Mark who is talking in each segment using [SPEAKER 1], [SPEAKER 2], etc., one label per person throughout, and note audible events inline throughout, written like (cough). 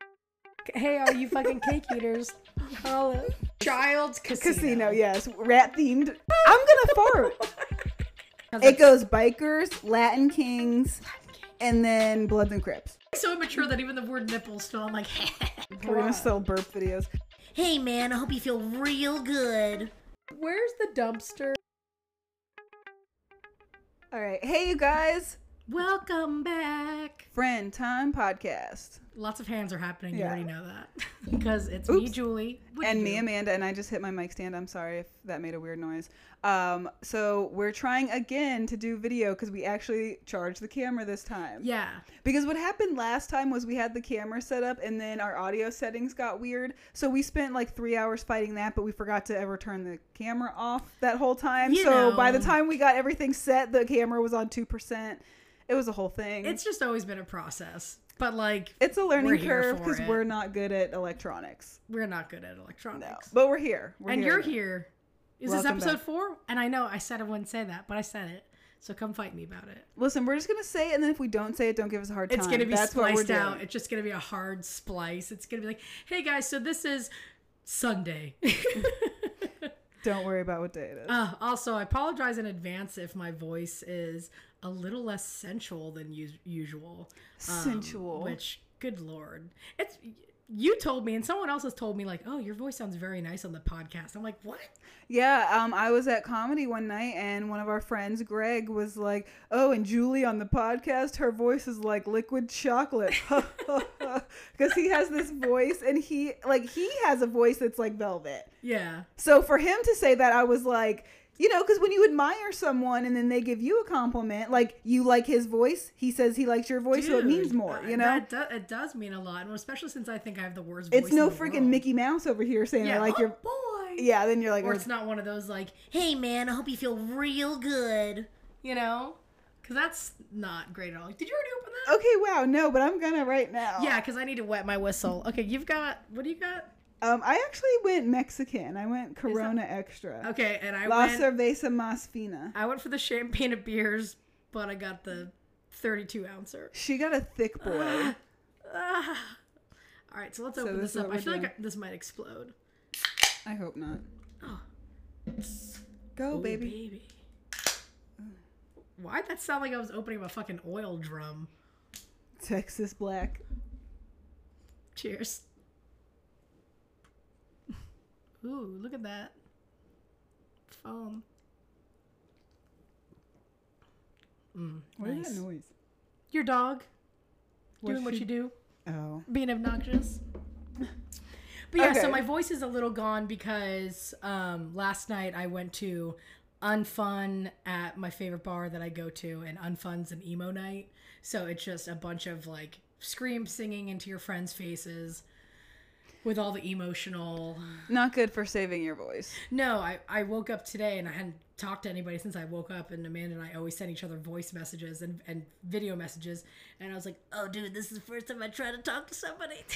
[SPEAKER 1] fuck? Hey, all you fucking cake eaters.
[SPEAKER 2] Oh,
[SPEAKER 1] All the- Child's Casino.
[SPEAKER 3] Casino, yes. Rat themed. I'm
[SPEAKER 2] (laughs)
[SPEAKER 3] gonna fart. it goes bikers, Latin kings, and then Bloods and Crips.
[SPEAKER 2] so immature that even the word nipples still. I'm like, (laughs)
[SPEAKER 3] We're gonna sell burp videos.
[SPEAKER 2] hey man, I hope you feel real good.
[SPEAKER 1] Where's the dumpster?
[SPEAKER 3] All right, hey you guys,
[SPEAKER 2] Welcome back.
[SPEAKER 3] friend time podcast,
[SPEAKER 2] Lots of hands are happening. You
[SPEAKER 3] Yeah.
[SPEAKER 2] already know that (laughs) because it's me,
[SPEAKER 3] Oops.
[SPEAKER 2] Julie, What
[SPEAKER 3] and
[SPEAKER 2] you
[SPEAKER 3] me
[SPEAKER 2] do?
[SPEAKER 3] Amanda, and I just hit my mic stand. I'm sorry if that made a weird noise. Um, so we're trying again to do video because we actually charged the camera this time.
[SPEAKER 2] Yeah,
[SPEAKER 3] Because what happened last time was we had the camera set up and then our audio settings got weird. So we spent like three hours fighting that, but we forgot to ever turn the camera off that whole time.
[SPEAKER 2] You
[SPEAKER 3] so by the
[SPEAKER 2] know.
[SPEAKER 3] time we got everything set, the camera was on 2%. It was a whole thing.
[SPEAKER 2] it's just always been a process. But like,
[SPEAKER 3] it's a learning
[SPEAKER 2] we're here
[SPEAKER 3] curve
[SPEAKER 2] for
[SPEAKER 3] because
[SPEAKER 2] it.
[SPEAKER 3] we're not good at electronics.
[SPEAKER 2] we're not good at
[SPEAKER 3] No.
[SPEAKER 2] electronics.
[SPEAKER 3] But we're here. We're
[SPEAKER 2] and
[SPEAKER 3] here.
[SPEAKER 2] you're here. Is this
[SPEAKER 3] Welcome
[SPEAKER 2] episode
[SPEAKER 3] back.
[SPEAKER 2] four? And I know I said I wouldn't say that, but I said it. So come fight me about it.
[SPEAKER 3] Listen, we're just going to say it, and then if we don't say it, don't give us a hard time.
[SPEAKER 2] It's going to be
[SPEAKER 3] That's what we're
[SPEAKER 2] spliced out.
[SPEAKER 3] doing.
[SPEAKER 2] It's just going to be a hard splice. It's going to be like, hey guys, so this is Sunday.
[SPEAKER 3] (laughs) Don't worry about what day it is.
[SPEAKER 2] uh, also, I apologize in advance if my voice is a little less sensual than us- usual. um,
[SPEAKER 3] Sensual.
[SPEAKER 2] Which, good lord. It's. You told me, and someone else has told me, like, oh, your voice sounds very nice on the podcast. I'm like, what?
[SPEAKER 3] Yeah, um, I was at comedy one night, and one of our friends, Greg, was like, "Oh, and Julie on the podcast, her voice is like liquid chocolate," (laughs) because he has this voice, and he like he has a voice that's like velvet.
[SPEAKER 2] Yeah.
[SPEAKER 3] So for him to say that, I was like, you know, because when you admire someone and then they give you a compliment, like you like his voice, he says he likes your voice, so it means
[SPEAKER 2] Dude,
[SPEAKER 3] more.
[SPEAKER 2] uh,
[SPEAKER 3] You know,
[SPEAKER 2] that do- it does mean a lot, and especially since I think I have the worst.
[SPEAKER 3] it's
[SPEAKER 2] voice in
[SPEAKER 3] no
[SPEAKER 2] the
[SPEAKER 3] freaking
[SPEAKER 2] world.
[SPEAKER 3] Mickey Mouse over here saying
[SPEAKER 2] Yeah,
[SPEAKER 3] I like
[SPEAKER 2] oh,
[SPEAKER 3] your.
[SPEAKER 2] boy.
[SPEAKER 3] Yeah, then you're like,
[SPEAKER 2] Or
[SPEAKER 3] "Oh,
[SPEAKER 2] it's not one of those like, hey man, I hope you feel real good, you know? Because that's not great at all. Did you already open that?
[SPEAKER 3] okay, wow, no, but I'm gonna right now.
[SPEAKER 2] Yeah, because I need to wet my whistle. Okay, you've got what do you got?
[SPEAKER 3] Um, I actually went Mexican. I went Corona Extra.
[SPEAKER 2] Okay, and I
[SPEAKER 3] La
[SPEAKER 2] went.
[SPEAKER 3] cerveza más (gasps) fina.
[SPEAKER 2] I went for the champagne of beers, but I got the thirty-two ouncer.
[SPEAKER 3] She got a (gasps) thick boy.
[SPEAKER 2] Ah. All right, so let's open
[SPEAKER 3] this
[SPEAKER 2] this,
[SPEAKER 3] is
[SPEAKER 2] up.
[SPEAKER 3] what
[SPEAKER 2] I
[SPEAKER 3] we're
[SPEAKER 2] feel
[SPEAKER 3] doing.
[SPEAKER 2] like I- this might explode.
[SPEAKER 3] I hope not.
[SPEAKER 2] Oh.
[SPEAKER 3] Go,
[SPEAKER 2] Ooh,
[SPEAKER 3] Oh, baby.
[SPEAKER 2] Why'd that sound like I was opening a fucking oil drum?
[SPEAKER 3] Texas Black.
[SPEAKER 2] Cheers. Ooh, look at that. Foam. Mm,
[SPEAKER 3] What is
[SPEAKER 2] nice.
[SPEAKER 3] that noise?
[SPEAKER 2] Your dog
[SPEAKER 3] What's
[SPEAKER 2] doing what
[SPEAKER 3] she-
[SPEAKER 2] you do,
[SPEAKER 3] Oh.
[SPEAKER 2] being obnoxious. But yeah,
[SPEAKER 3] Okay.
[SPEAKER 2] so my voice is a little gone because um, last night I went to Unfun at my favorite bar that I go to, and Unfun's an emo night. So it's just a bunch of like scream singing into your friends' faces with all the emotional.
[SPEAKER 3] Not good for saving your voice. (laughs)
[SPEAKER 2] No, I, I woke up today and I hadn't talked to anybody since I woke up. And Amanda and I always send each other voice messages and, and video messages. And I was like, oh, dude, this is the first time I tried to talk to somebody. (laughs)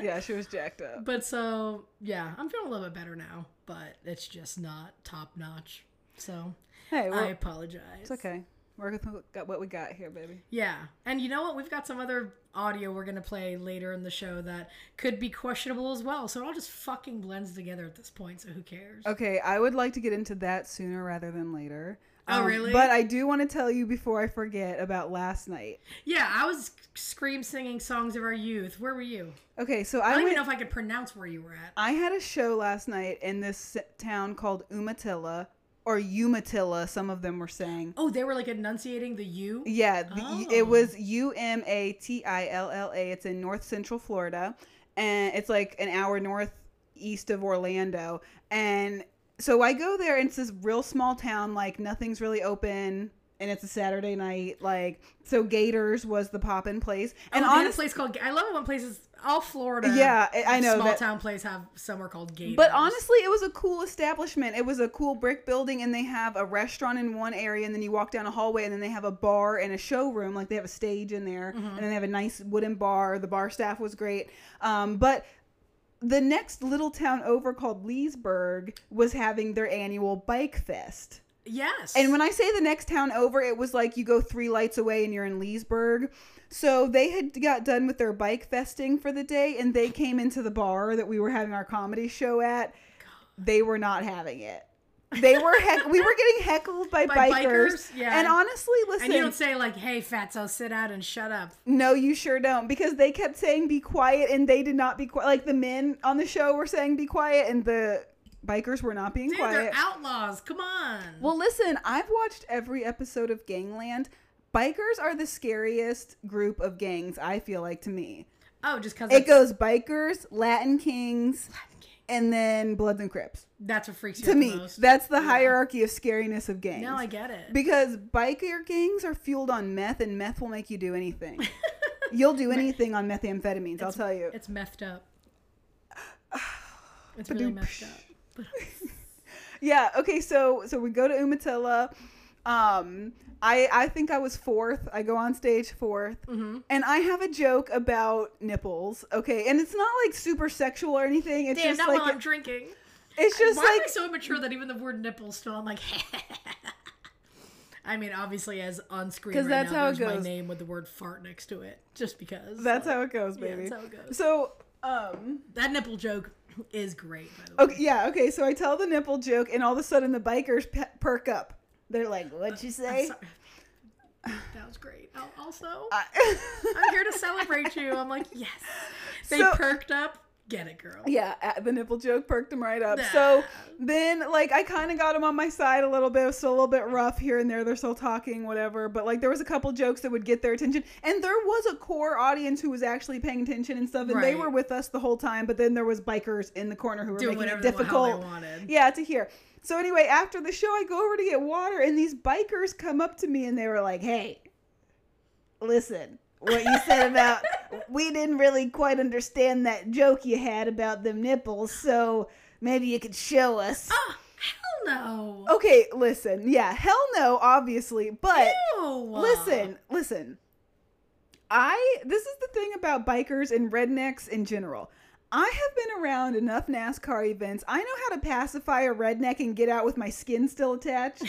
[SPEAKER 3] Yeah, she was jacked up.
[SPEAKER 2] but so, yeah, I'm feeling a little bit better now, but it's just not top notch. So
[SPEAKER 3] Hey,
[SPEAKER 2] I
[SPEAKER 3] we're,
[SPEAKER 2] apologize.
[SPEAKER 3] it's okay. We're gonna got what we got here, baby.
[SPEAKER 2] Yeah. And you know what? We've got some other audio we're going to play later in the show that could be questionable as well. So it all just fucking blends together at this point. So who cares?
[SPEAKER 3] Okay, I would like to get into that sooner rather than later. Um,
[SPEAKER 2] Oh, really?
[SPEAKER 3] But I do want to tell you before I forget about last night.
[SPEAKER 2] Yeah, I was scream singing songs of our youth. Where were you?
[SPEAKER 3] Okay, so
[SPEAKER 2] I
[SPEAKER 3] I,
[SPEAKER 2] don't
[SPEAKER 3] went.
[SPEAKER 2] even know if I could pronounce where you were at.
[SPEAKER 3] I had a show last night in this s- town called Umatilla or Umatilla, some of them were saying.
[SPEAKER 2] Oh, they were like enunciating the U.
[SPEAKER 3] Yeah, the, it
[SPEAKER 2] Oh.
[SPEAKER 3] was U M A T I L L A. It's in north central Florida, and it's like an hour northeast of Orlando. And so I go there, and it's this real small town, like nothing's really open. And it's a Saturday night, like so. Gators was the pop in place, and
[SPEAKER 2] And on Oh, a
[SPEAKER 3] honestly,
[SPEAKER 2] place called. I love it when places all Florida.
[SPEAKER 3] Yeah, I- I know
[SPEAKER 2] Small
[SPEAKER 3] that-
[SPEAKER 2] town plays have somewhere called Gators.
[SPEAKER 3] But honestly, it was a cool establishment. It was a cool brick building, and they have a restaurant in one area, and then you walk down a hallway, and then they have a bar and a showroom. Like they have a stage in there, and then they have a nice wooden bar. The bar staff was great. Um, but the next little town over called Leesburg was having their annual bike fest.
[SPEAKER 2] Yes.
[SPEAKER 3] And when I say the next town over, it was like you go three lights away and you're in Leesburg. So they had got done with their bike festing for the day and they came into the bar that we were having our comedy show at. They were not having it. They were heck (laughs) we were getting heckled by,
[SPEAKER 2] By
[SPEAKER 3] bikers.
[SPEAKER 2] bikers, yeah.
[SPEAKER 3] And honestly, listen,
[SPEAKER 2] and you don't say like, "Hey, Fatso, sit out and shut up."
[SPEAKER 3] no, you sure don't, because they kept saying be quiet and they did not be quiet. Like the men on the show were saying be quiet and the bikers were not being
[SPEAKER 2] Dude,
[SPEAKER 3] quiet.
[SPEAKER 2] they're outlaws. Come on.
[SPEAKER 3] Well, listen, I've watched every episode of Gangland. Bikers are the scariest group of gangs, I feel like to me.
[SPEAKER 2] oh, just because
[SPEAKER 3] It goes bikers, Latin Kings, and then Bloods and Crips.
[SPEAKER 2] That's what freaks you
[SPEAKER 3] To
[SPEAKER 2] out the
[SPEAKER 3] me,
[SPEAKER 2] most.
[SPEAKER 3] that's the hierarchy of scariness of gangs.
[SPEAKER 2] now I get it.
[SPEAKER 3] Because biker gangs are fueled on meth, and meth will make you
[SPEAKER 2] (laughs)
[SPEAKER 3] do anything. You'll do anything on methamphetamines, I'll tell you.
[SPEAKER 2] It's methed
[SPEAKER 3] (sighs)
[SPEAKER 2] up. It's really messed up.
[SPEAKER 3] Yeah. Okay. So so we go to Umatilla. Um, I I think I was fourth. I go on stage 4th
[SPEAKER 2] Mm-hmm.
[SPEAKER 3] and I have a joke about nipples. Okay, and it's not like super sexual or anything. It's
[SPEAKER 2] Damn,
[SPEAKER 3] just
[SPEAKER 2] not
[SPEAKER 3] like
[SPEAKER 2] while I'm drinking.
[SPEAKER 3] it's just
[SPEAKER 2] Why am I
[SPEAKER 3] like
[SPEAKER 2] so immature that even the word nipples still I'm like (laughs) I mean, obviously as on screen
[SPEAKER 3] 'Cause
[SPEAKER 2] right
[SPEAKER 3] that's
[SPEAKER 2] now,
[SPEAKER 3] how it
[SPEAKER 2] there's my
[SPEAKER 3] goes.
[SPEAKER 2] name with the word fart next to it. Just because.
[SPEAKER 3] (laughs) that's
[SPEAKER 2] like,
[SPEAKER 3] how it goes,
[SPEAKER 2] yeah,
[SPEAKER 3] baby.
[SPEAKER 2] that's how it goes.
[SPEAKER 3] So um
[SPEAKER 2] that nipple joke is great, by the way.
[SPEAKER 3] okay yeah okay so I tell the nipple joke and all of a sudden the bikers pe- perk up. They're like, "What'd you
[SPEAKER 2] Uh, I'm
[SPEAKER 3] say?"
[SPEAKER 2] sorry. That was great. Al- Also,
[SPEAKER 3] I- (laughs)
[SPEAKER 2] I'm here to celebrate you. I'm like, yes. They
[SPEAKER 3] So-
[SPEAKER 2] perked up. Get it, girl.
[SPEAKER 3] Yeah, uh, the nipple joke perked him right up.
[SPEAKER 2] Nah.
[SPEAKER 3] So then, like, I kind of got him on my side a little bit. It was still a little bit rough here and there. They're still talking, whatever. But like, there was a couple jokes that would get their attention, and there was a core audience who was actually paying attention and stuff, and they
[SPEAKER 2] Right.
[SPEAKER 3] were with us the whole time. But then there was bikers in the corner who were
[SPEAKER 2] Doing
[SPEAKER 3] making it
[SPEAKER 2] whatever the hell they
[SPEAKER 3] difficult.
[SPEAKER 2] wanted.
[SPEAKER 3] Yeah, to hear. So anyway, after the show, I go over to get water, and these bikers come up to me, and they were like, "Hey, listen, what you said about we didn't really quite understand that joke you had about them nipples, so maybe you could show us."
[SPEAKER 2] Oh, hell no.
[SPEAKER 3] Okay, listen, yeah, hell no, obviously, but
[SPEAKER 2] Ew.
[SPEAKER 3] Oh, listen, listen. I this is the thing about bikers and rednecks in general. I have been around enough NASCAR events. I know how to pacify a redneck and get out with my skin still attached.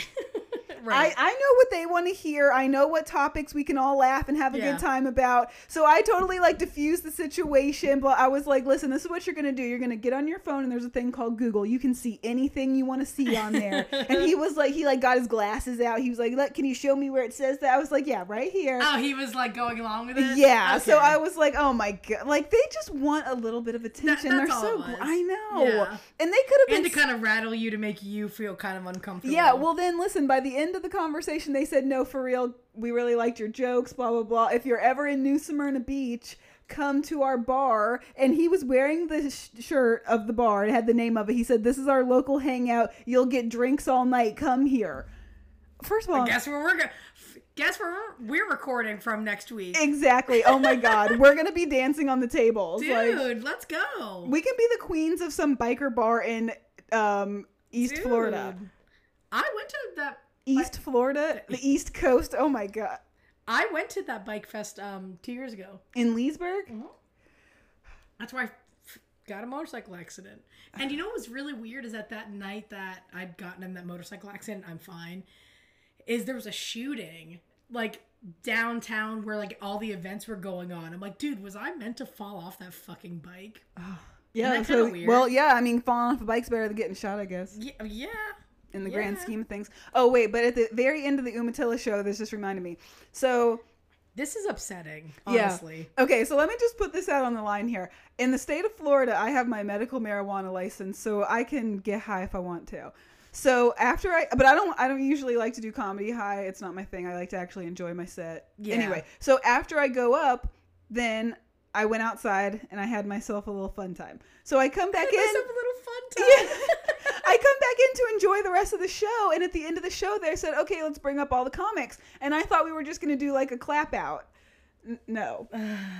[SPEAKER 2] Right.
[SPEAKER 3] I, I know what they want to hear. I know what topics we can all laugh and have a
[SPEAKER 2] Yeah.
[SPEAKER 3] good time about. So I totally like diffused the situation, but I was like, listen, this is what you're going to do. You're going to get on your phone and there's a thing called Google. You can see anything you want to see
[SPEAKER 2] (laughs)
[SPEAKER 3] on there. and he was like, he like got his glasses out. He was like, look, can you show me where it says that? I was like, yeah, right here.
[SPEAKER 2] Oh, he was like going along with it.
[SPEAKER 3] yeah, so
[SPEAKER 2] Okay.
[SPEAKER 3] I was like, "Oh my god!" Like they just want a little bit of attention.
[SPEAKER 2] that's
[SPEAKER 3] They're
[SPEAKER 2] all
[SPEAKER 3] so
[SPEAKER 2] it was.
[SPEAKER 3] I know,
[SPEAKER 2] Yeah.
[SPEAKER 3] and they could have
[SPEAKER 2] and
[SPEAKER 3] been
[SPEAKER 2] to kind of rattle you to make you feel kind of uncomfortable.
[SPEAKER 3] Yeah, well, then listen, by the end of the conversation, they said, no, for real, we really liked your jokes, blah, blah, blah. If you're ever in New Smyrna Beach, come to our bar. And he was wearing the sh- shirt of the bar, it had the name of it. He said, this is our local hangout. You'll get drinks all night. Come here. First of all,
[SPEAKER 2] guess where we're going. Guess where we're, we're recording from next week,
[SPEAKER 3] exactly. Oh
[SPEAKER 2] (laughs)
[SPEAKER 3] my God. We're going to be dancing on the tables.
[SPEAKER 2] dude.
[SPEAKER 3] Like,
[SPEAKER 2] let's go.
[SPEAKER 3] we can be the queens of some biker bar in um, East
[SPEAKER 2] Dude.
[SPEAKER 3] Florida.
[SPEAKER 2] I went to that.
[SPEAKER 3] East Florida? The East Coast? Oh my God.
[SPEAKER 2] I went to that bike fest um two years ago.
[SPEAKER 3] In Leesburg?
[SPEAKER 2] That's where I f- got a motorcycle accident. And you know what was really weird is that that night that I'd gotten in that motorcycle accident, I'm fine, is there was a shooting like downtown where like all the events were going on. I'm like, dude, was I meant to fall off that fucking bike?
[SPEAKER 3] (sighs) Yeah,
[SPEAKER 2] Isn't that
[SPEAKER 3] so-
[SPEAKER 2] kinda weird?
[SPEAKER 3] well, yeah. I mean, falling off a bike's better than getting shot, I guess,
[SPEAKER 2] Yeah, yeah.
[SPEAKER 3] in the grand
[SPEAKER 2] Yeah.
[SPEAKER 3] scheme of things. Oh wait, but at the very end of the Umatilla show, this just reminded me. So
[SPEAKER 2] This is upsetting,
[SPEAKER 3] Yeah.
[SPEAKER 2] honestly.
[SPEAKER 3] okay, so let me just put this out on the line here. In the state of Florida, I have my medical marijuana license, so I can get high if I want to. So after I, but I don't, I don't usually like to do comedy high. It's not my thing. I like to actually enjoy my set.
[SPEAKER 2] Yeah.
[SPEAKER 3] Anyway, so after I go up, then I went outside and I had myself a little fun time. So I
[SPEAKER 2] (laughs)
[SPEAKER 3] come back
[SPEAKER 2] Give
[SPEAKER 3] in.
[SPEAKER 2] myself a little fun
[SPEAKER 3] Yeah.
[SPEAKER 2] time.
[SPEAKER 3] I come back in to enjoy the rest of the show, and at the end of the show, they said, "Okay, let's bring up all the comics." And I thought we were just going to do like a clap out. N- no,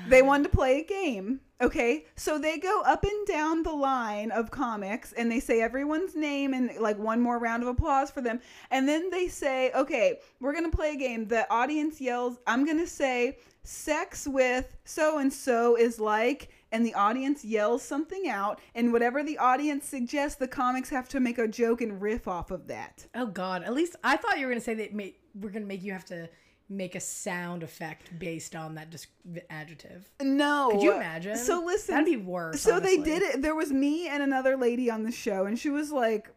[SPEAKER 3] they wanted to play a game. Okay, so they go up and down the line of comics, and they say everyone's name, and like one more round of applause for them. And then they say, "Okay, we're going to play a game." The audience yells, "I'm going to say." Sex with so and so is like, and the audience yells something out, and whatever the audience suggests, the comics have to make a joke and riff off of that.
[SPEAKER 2] (laughs) Oh God! At least I thought you were gonna say that ma- we're gonna make you have to make a sound effect based on that dis- adjective.
[SPEAKER 3] No.
[SPEAKER 2] Could you imagine?
[SPEAKER 3] So listen.
[SPEAKER 2] that'd be worse.
[SPEAKER 3] so they
[SPEAKER 2] honestly.
[SPEAKER 3] did it. There was me and another lady on the show, and she was like,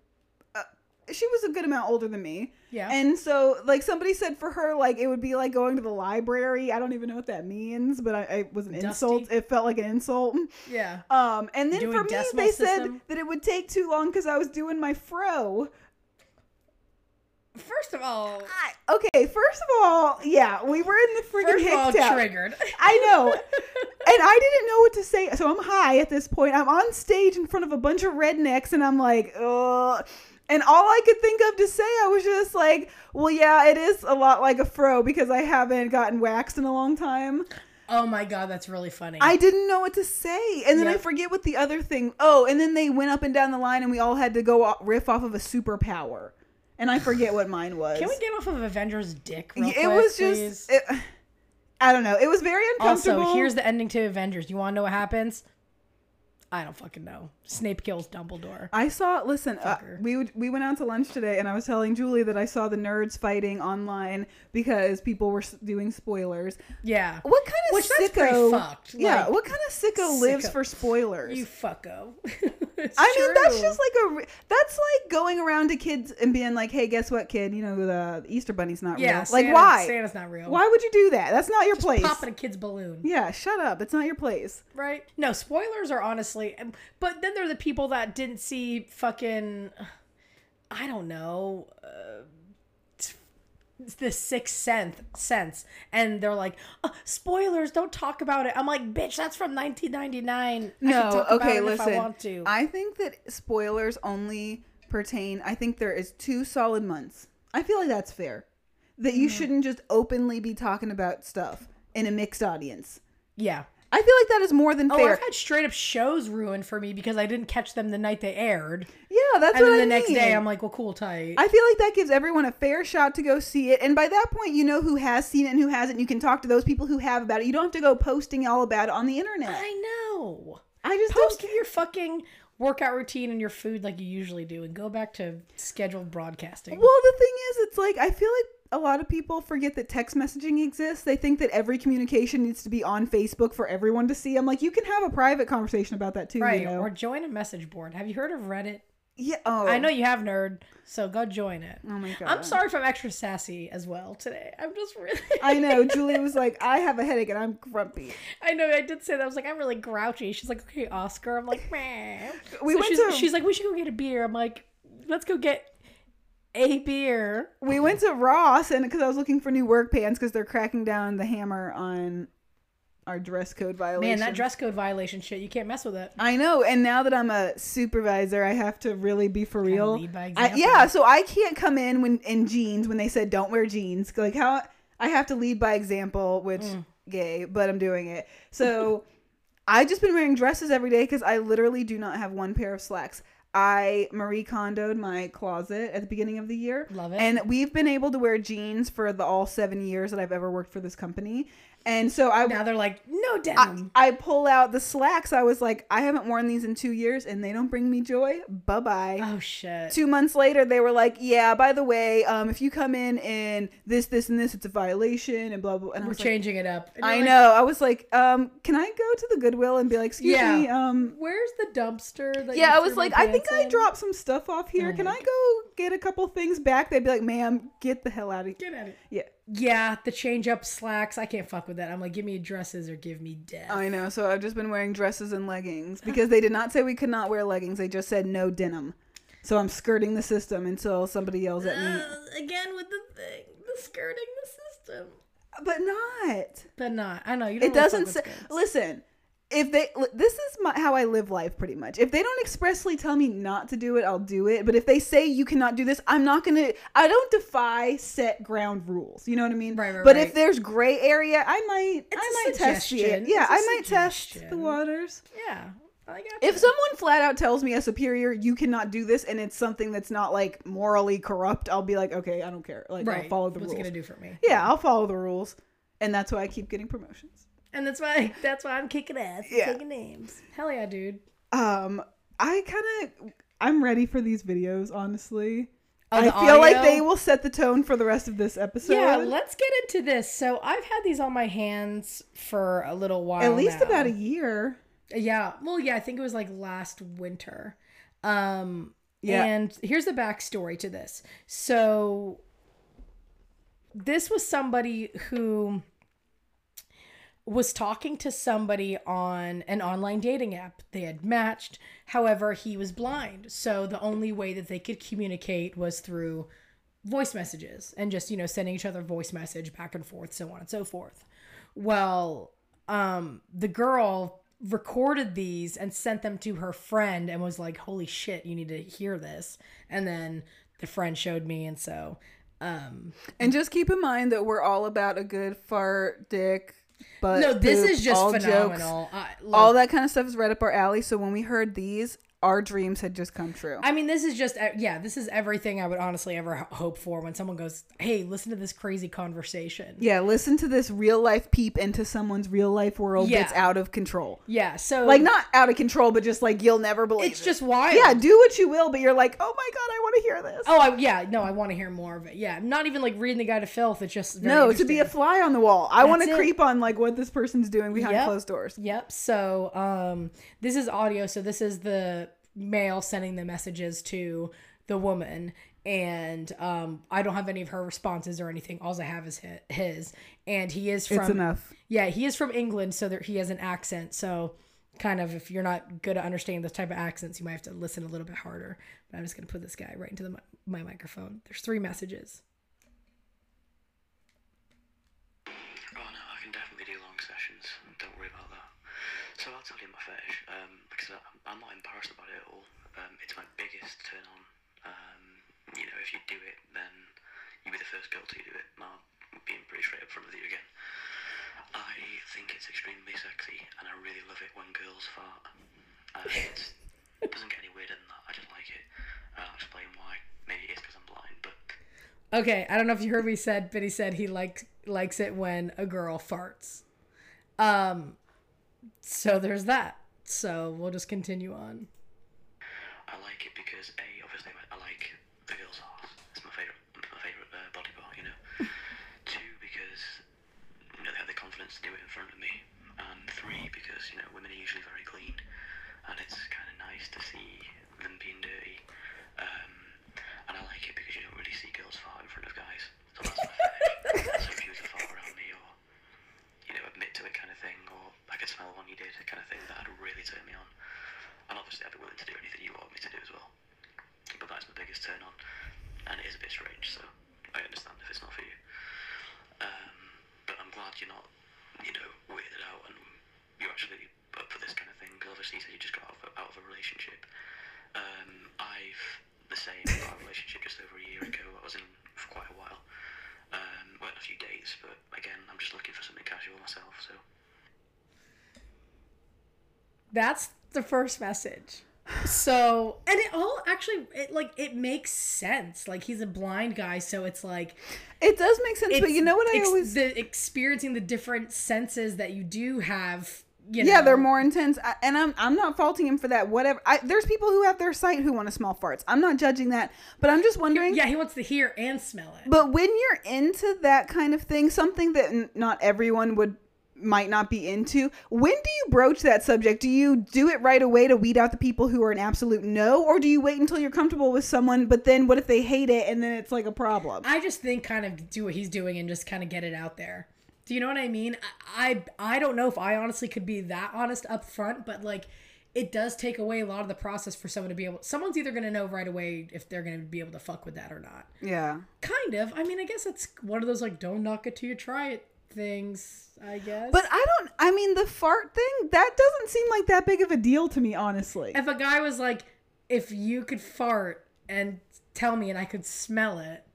[SPEAKER 3] uh, she was a good amount older than me.
[SPEAKER 2] Yeah.
[SPEAKER 3] And so, like, somebody said for her, like, it would be like going to the library. I don't even know what that means, but I, it was an
[SPEAKER 2] Dusty?
[SPEAKER 3] insult. It felt like an insult.
[SPEAKER 2] yeah.
[SPEAKER 3] Um, and then
[SPEAKER 2] Doing
[SPEAKER 3] for me,
[SPEAKER 2] decimal
[SPEAKER 3] they said
[SPEAKER 2] system?
[SPEAKER 3] that it would take too long because I was doing my fro.
[SPEAKER 2] First of all,
[SPEAKER 3] I, okay, first of all, yeah, we were in the freaking
[SPEAKER 2] first of all,
[SPEAKER 3] hick town.
[SPEAKER 2] triggered.
[SPEAKER 3] I know. and I didn't know what to say. So I'm high at this point. I'm on stage in front of a bunch of rednecks and I'm like, ugh. And all I could think of to say, I was just like, well, yeah, it is a lot like a fro because I haven't gotten waxed in a long time.
[SPEAKER 2] (laughs) Oh my God, that's really funny.
[SPEAKER 3] I didn't know what to say. And then I
[SPEAKER 2] Yep.
[SPEAKER 3] forget what the other thing. Oh, and then they went up and down the line and we all had to go off, riff off of a superpower. And I forget what mine was.
[SPEAKER 2] (sighs) Can we get off of Avengers dick real
[SPEAKER 3] it
[SPEAKER 2] quick,
[SPEAKER 3] was
[SPEAKER 2] please?
[SPEAKER 3] just. It, I don't know. It was very uncomfortable.
[SPEAKER 2] Also, here's the ending to Avengers. You want to know what happens? I don't fucking know. Snape kills Dumbledore.
[SPEAKER 3] I saw. Listen, uh,
[SPEAKER 2] Fucker.
[SPEAKER 3] we would- we went out to lunch today, and I was telling Julie that I saw the nerds fighting online because people were s- doing spoilers.
[SPEAKER 2] Yeah.
[SPEAKER 3] What kind of
[SPEAKER 2] Which
[SPEAKER 3] sicko?
[SPEAKER 2] that's pretty fucked.
[SPEAKER 3] yeah,
[SPEAKER 2] Like,
[SPEAKER 3] what kind of sicko, lives
[SPEAKER 2] sicko.
[SPEAKER 3] for spoilers?
[SPEAKER 2] You fucko. (laughs)
[SPEAKER 3] I mean, that's just like a re- that's like going around to kids and being like, "Hey, guess what, kid? You know the Easter Bunny's not
[SPEAKER 2] yeah.
[SPEAKER 3] real."
[SPEAKER 2] Santa-
[SPEAKER 3] like, why?
[SPEAKER 2] Santa's not real.
[SPEAKER 3] Why would you do that? That's not your place.
[SPEAKER 2] Popping a kid's balloon,
[SPEAKER 3] Yeah, shut up. It's not your place.
[SPEAKER 2] right? No, spoilers are honestly, um, but then there are the people that didn't see fucking, (sighs) I don't know, uh, t- the sixth sense, sense, and they're like, "Uh, spoilers, don't talk about it. I'm like, bitch, that's from 1999. I can
[SPEAKER 3] No,
[SPEAKER 2] talk about
[SPEAKER 3] okay,
[SPEAKER 2] it
[SPEAKER 3] listen.
[SPEAKER 2] if I want to.
[SPEAKER 3] I think that spoilers only pertain. I think there is two solid months. I feel like that's fair. That
[SPEAKER 2] Mm.
[SPEAKER 3] you shouldn't just openly be talking about stuff in a mixed audience.
[SPEAKER 2] yeah.
[SPEAKER 3] I feel like that is more than
[SPEAKER 2] Oh,
[SPEAKER 3] fair.
[SPEAKER 2] I've had straight up shows ruined for me because I didn't catch them the night they aired,
[SPEAKER 3] yeah, that's
[SPEAKER 2] and
[SPEAKER 3] what
[SPEAKER 2] then the
[SPEAKER 3] I
[SPEAKER 2] next day
[SPEAKER 3] mean.
[SPEAKER 2] I'm like, well, cool, tight.
[SPEAKER 3] I feel like that gives everyone a fair shot to go see it. And by that point, you know who has seen it and who hasn't. You can talk to those people who have about it. You don't have to go posting all about it on the internet.
[SPEAKER 2] I know.
[SPEAKER 3] I just
[SPEAKER 2] post
[SPEAKER 3] don't.
[SPEAKER 2] your fucking workout routine and your food like you usually do and go back to scheduled broadcasting.
[SPEAKER 3] Well, the thing is, it's like I feel like a lot of people forget that text messaging exists. They think that every communication needs to be on Facebook for everyone to see. I'm like, you can have a private conversation about that too.
[SPEAKER 2] right.
[SPEAKER 3] You know?
[SPEAKER 2] Or join a message board. Have you heard of Reddit?
[SPEAKER 3] yeah. Oh,
[SPEAKER 2] I know you have, nerd. So go join it.
[SPEAKER 3] Oh my god.
[SPEAKER 2] I'm sorry if I'm extra sassy as well today. I'm just really.
[SPEAKER 3] I know. Julie was like, I have a headache and I'm grumpy.
[SPEAKER 2] (laughs) I know. I did say that. I was like, I'm really grouchy. She's like, okay, Oscar. I'm like, meh.
[SPEAKER 3] We
[SPEAKER 2] so
[SPEAKER 3] went
[SPEAKER 2] she's,
[SPEAKER 3] to-
[SPEAKER 2] she's like, we should go get a beer. I'm like, let's go get a beer.
[SPEAKER 3] We went to Ross and because I was looking for new work pants because they're cracking down the hammer on our dress code
[SPEAKER 2] Man,
[SPEAKER 3] violation.
[SPEAKER 2] that dress code violation shit. You can't mess with it.
[SPEAKER 3] I know, and now that I'm a supervisor, I have to really be for real.
[SPEAKER 2] lead by
[SPEAKER 3] I,
[SPEAKER 2] example.
[SPEAKER 3] yeah, so I can't come in when in jeans when they said don't wear jeans. Like how I have to lead by example, which
[SPEAKER 2] Mm.
[SPEAKER 3] gay, but I'm doing it. So (laughs) I just been wearing dresses every day because I literally do not have one pair of slacks. I Marie Kondoed my closet at the beginning of the year.
[SPEAKER 2] Love it.
[SPEAKER 3] And we've been able to wear jeans for the all seven years that I've ever worked for this company. And so I
[SPEAKER 2] Now they're like, no
[SPEAKER 3] I,
[SPEAKER 2] denim.
[SPEAKER 3] I pull out the slacks. I was like, I haven't worn these in two years and they don't bring me joy. Bye bye.
[SPEAKER 2] oh shit.
[SPEAKER 3] Two months later, they were like, Yeah, by the way, um, if you come in and this, this, and this, it's a violation and blah, blah. And I
[SPEAKER 2] We're
[SPEAKER 3] was like,
[SPEAKER 2] changing it up. And you're
[SPEAKER 3] I
[SPEAKER 2] like,
[SPEAKER 3] know. I was like, um, Can I go to the Goodwill and be like, Excuse
[SPEAKER 2] Yeah.
[SPEAKER 3] me? Um,
[SPEAKER 2] Where's the dumpster? That
[SPEAKER 3] yeah,
[SPEAKER 2] you
[SPEAKER 3] I was
[SPEAKER 2] threw my
[SPEAKER 3] like, I think
[SPEAKER 2] pants
[SPEAKER 3] I
[SPEAKER 2] in?"
[SPEAKER 3] dropped some stuff off here.
[SPEAKER 2] Oh
[SPEAKER 3] Can
[SPEAKER 2] my
[SPEAKER 3] I go get a couple things back? They'd be like, Ma'am, get the hell out of here.
[SPEAKER 2] Get at it.
[SPEAKER 3] Yeah.
[SPEAKER 2] Yeah, the change up slacks. I can't fuck with that. I'm like, give me dresses or give me death.
[SPEAKER 3] I know. So I've just been wearing dresses and leggings because they did not say we could not wear leggings. They just said no denim. So I'm skirting the system until somebody yells
[SPEAKER 2] (gasps)
[SPEAKER 3] at me.
[SPEAKER 2] Uh, again with the thing, the skirting the system.
[SPEAKER 3] But not.
[SPEAKER 2] But not. I know you. Don't
[SPEAKER 3] It doesn't
[SPEAKER 2] Say,
[SPEAKER 3] say. Listen, if they li- this is my, how I live life pretty much. If they don't expressly tell me not to do it, I'll do it. But if they say you cannot do this, I'm not gonna. I don't defy set ground rules. You know what I mean?
[SPEAKER 2] Right, right,
[SPEAKER 3] But if
[SPEAKER 2] right.
[SPEAKER 3] there's gray area, I might. I
[SPEAKER 2] a
[SPEAKER 3] might test the.
[SPEAKER 2] suggestion.
[SPEAKER 3] Yeah,
[SPEAKER 2] It's a
[SPEAKER 3] I might test the
[SPEAKER 2] suggestion.
[SPEAKER 3] waters.
[SPEAKER 2] yeah, I got
[SPEAKER 3] If
[SPEAKER 2] you.
[SPEAKER 3] someone flat out tells me a superior, you cannot do this, and it's something that's not like morally corrupt, I'll be like, okay, I don't care. Like,
[SPEAKER 2] right,
[SPEAKER 3] I'll follow the
[SPEAKER 2] what's
[SPEAKER 3] rules.
[SPEAKER 2] it gonna do for me?
[SPEAKER 3] Yeah, I'll follow the rules, and that's why I keep getting promotions.
[SPEAKER 1] And that's why that's why I'm kicking ass, and
[SPEAKER 3] Yeah.
[SPEAKER 1] taking names.
[SPEAKER 2] Hell yeah, dude.
[SPEAKER 3] Um, I kind of I'm ready for these videos, honestly.
[SPEAKER 2] Oh,
[SPEAKER 3] I
[SPEAKER 2] the
[SPEAKER 3] feel like
[SPEAKER 2] audio?
[SPEAKER 3] they will set the tone for the rest of this episode.
[SPEAKER 2] Yeah, let's get into this. So I've had these on my hands for a little while.
[SPEAKER 3] At least
[SPEAKER 2] now.
[SPEAKER 3] about a year.
[SPEAKER 2] Yeah. Well, yeah, I think it was like last winter. Um
[SPEAKER 3] Yeah.
[SPEAKER 2] and here's the backstory to this. So this was somebody who was talking to somebody on an online dating app. They had matched. However, he was blind. So the only way that they could communicate was through voice messages and just, you know, sending each other voice message back and forth, so on and so forth. Well, um, the girl recorded these and sent them to her friend and was like, holy shit, you need to hear this. And then the friend showed me. And so, um,
[SPEAKER 3] And just keep in mind that we're all about a good fart, dick, but
[SPEAKER 2] no, this
[SPEAKER 3] poop,
[SPEAKER 2] is just
[SPEAKER 3] all Jokes.
[SPEAKER 2] phenomenal. I, like,
[SPEAKER 3] All that kind of stuff is right up our alley. So when we heard these, our dreams had just come true.
[SPEAKER 2] I mean, this is just e, yeah, this is everything I would honestly ever h- hope for when someone goes, "Hey, listen to this crazy conversation."
[SPEAKER 3] yeah, listen to this real life peep into someone's real life world
[SPEAKER 2] Yeah.
[SPEAKER 3] that's out of control.
[SPEAKER 2] Yeah, so
[SPEAKER 3] Like not out of control, but just like you'll never believe.
[SPEAKER 2] it's
[SPEAKER 3] it.
[SPEAKER 2] just wild.
[SPEAKER 3] yeah, do what you will, but you're like, oh my god, I want to hear this.
[SPEAKER 2] Oh, I, yeah. No, I want to hear more of it. Yeah, not even like reading the guy to filth. It's just very
[SPEAKER 3] no, to be a
[SPEAKER 2] interesting.
[SPEAKER 3] fly on the wall. I want
[SPEAKER 2] That's
[SPEAKER 3] to
[SPEAKER 2] it.
[SPEAKER 3] creep on like what this person's doing behind
[SPEAKER 2] Yep.
[SPEAKER 3] closed doors.
[SPEAKER 2] Yep. So um, this is audio. So this is the male sending the messages to the woman. And um, I don't have any of her responses or anything. All I have is hi- his. And he is from.
[SPEAKER 3] It's enough.
[SPEAKER 2] Yeah, he is from England, so there, he has an accent. So, kind of, if you're not good at understanding those type of accents, you might have to listen a little bit harder. But I'm just going to put this guy right into the, mi- my microphone. There's three messages.
[SPEAKER 4] Oh no, I can definitely do long sessions. Don't worry about that. So I'll tell you my fetish. Um, like I said, I'm- I'm not embarrassed about it at all. Um, it's my biggest turn on. Um, you know, if you do it, then you'll be the first girl to do it. And I'll be in pretty straight up front with you again. I think it's extremely sexy, and I really love it when girls fart. Uh, it's, it doesn't get any weirder than that. I just like it. And I'll explain why. Maybe it's because I'm blind, but
[SPEAKER 2] Okay, I don't know if you heard what he said, but he said he likes likes it when a girl farts. Um, so there's that. So we'll just continue on.
[SPEAKER 4] I like it because a obviously I I like the girl's ass. It's my favorite, my favorite uh, body part, you know. Two because you know they have the confidence to do it in front of me, and three because you know women are usually very clean, and it's kind of nice to see them being dirty. Um, and I like it because you don't really see girls fart in front of guys. So that's my fetish. so if you was to fart around me, or you know, admit to it kind of thing, or I could smell one you did kind of thing, that'd really turn me on. And obviously, I'd be willing to do anything you want me to do as well. But that's my biggest turn on, and it is a bit strange, so I understand if it's not for you. Um, but I'm glad you're not, you know, weirded out and you're actually up for this kind of thing, because obviously you said you just got out of, out of a relationship. Um, I've the same got out of a relationship just over a year ago, I was in for quite a while. Um, went on a few dates, but again, I'm just looking for something casual myself, so.
[SPEAKER 2] That's the first message. So, and it all actually it like it makes sense. Like he's a blind guy, so it's like
[SPEAKER 3] It does make sense, but
[SPEAKER 2] it's-
[SPEAKER 3] you know what I
[SPEAKER 2] it's
[SPEAKER 3] always
[SPEAKER 2] the experiencing the different senses that you do have. You know,
[SPEAKER 3] yeah, they're more intense, I, and I'm I'm not faulting him for that. Whatever. I, there's people who have their sight who want to smell farts. I'm not judging that, but I'm just wondering.
[SPEAKER 2] Yeah, he wants to hear and smell it.
[SPEAKER 3] But when you're into that kind of thing, something that n- not everyone would might not be into, when do you broach that subject? Do you do it right away to weed out the people who are an absolute no, or do you wait until you're comfortable with someone? But then what if they hate it, and then it's like a problem?
[SPEAKER 2] I just think kind of do what he's doing and just kind of get it out there. Do you know what I mean? I I, I don't know if I honestly could be that honest up front, but like it does take away a lot of the process for someone to be able someone's either going to know right away if they're going to be able to fuck with that or not.
[SPEAKER 3] yeah.
[SPEAKER 2] Kind of. I mean, I guess it's one of those like don't knock it till you try it things, I guess.
[SPEAKER 3] But I don't. I mean, the fart thing that doesn't seem like that big of a deal to me, honestly.
[SPEAKER 2] if a guy was like if you could fart and tell me and I could smell it.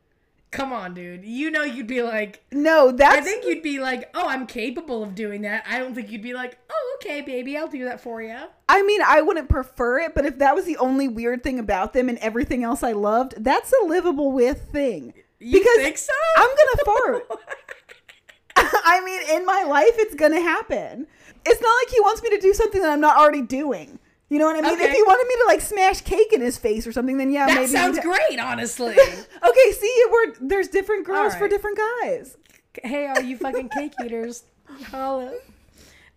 [SPEAKER 2] Come on, dude. You know you'd be like
[SPEAKER 3] No, that's
[SPEAKER 2] I think you'd be like, "Oh, I'm capable of doing that." I don't think you'd be like, "Oh, okay, baby, I'll do that for you." (laughs)
[SPEAKER 3] I mean, I wouldn't prefer it, but if that was the only weird thing about them and everything else I loved, that's a livable with thing.
[SPEAKER 2] You (laughs)
[SPEAKER 3] Because
[SPEAKER 2] think so?
[SPEAKER 3] I'm gonna fart. (laughs) I mean, in my life, it's gonna happen. It's not like he wants me to do something that I'm not already doing. You know what I mean? If
[SPEAKER 2] Okay.
[SPEAKER 3] he wanted me to like smash cake in his face or something, then yeah,
[SPEAKER 2] That
[SPEAKER 3] maybe. he'd-
[SPEAKER 2] sounds great, honestly.
[SPEAKER 3] Okay, see, we're there's different girls for
[SPEAKER 2] right.
[SPEAKER 3] different guys.
[SPEAKER 1] (laughs) Hey, all you fucking cake eaters, holla.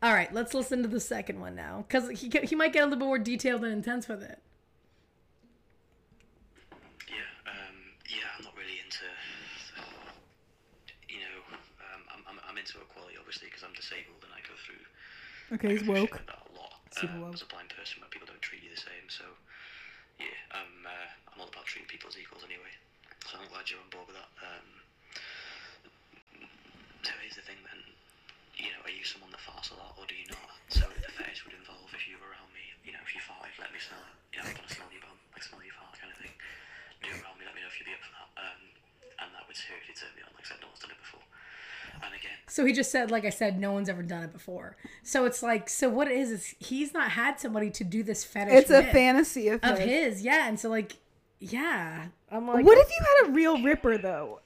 [SPEAKER 2] All right, let's listen to the second one now, because he ca- he might get a little bit more detailed and intense with it.
[SPEAKER 4] Yeah, um, yeah, I'm not really into, you know, um, I'm, I'm, I'm into equality obviously because I'm disabled and I go through
[SPEAKER 3] Okay,
[SPEAKER 4] (laughs)
[SPEAKER 3] he's woke.
[SPEAKER 4] that a lot
[SPEAKER 3] Super
[SPEAKER 4] uh,
[SPEAKER 3] woke.
[SPEAKER 4] as a blind person where people don't treat you the same. So yeah, I'm uh, I'm all about treating people as equals anyway. So I'm glad you're on board with that. Um, so here's the thing then. You know, are you someone that farts a lot or do you not? So the fetish would involve if you were around me, you know, if you fart, let me smell it. You know, I want to smell your bum, like smell your fart kind of thing. Do it around me, let me know if you'd be up for that. Um, and that would seriously turn me on, like I said, no one's done it before. And again,
[SPEAKER 2] So he just said, like I said, no one's ever done it before. So it's like, so what it is is he's not had somebody to do this fetish.
[SPEAKER 3] It's a
[SPEAKER 2] with
[SPEAKER 3] fantasy of,
[SPEAKER 2] of
[SPEAKER 3] his.
[SPEAKER 2] his, yeah. And so like, yeah, I'm like,
[SPEAKER 3] What if you had a real ripper though?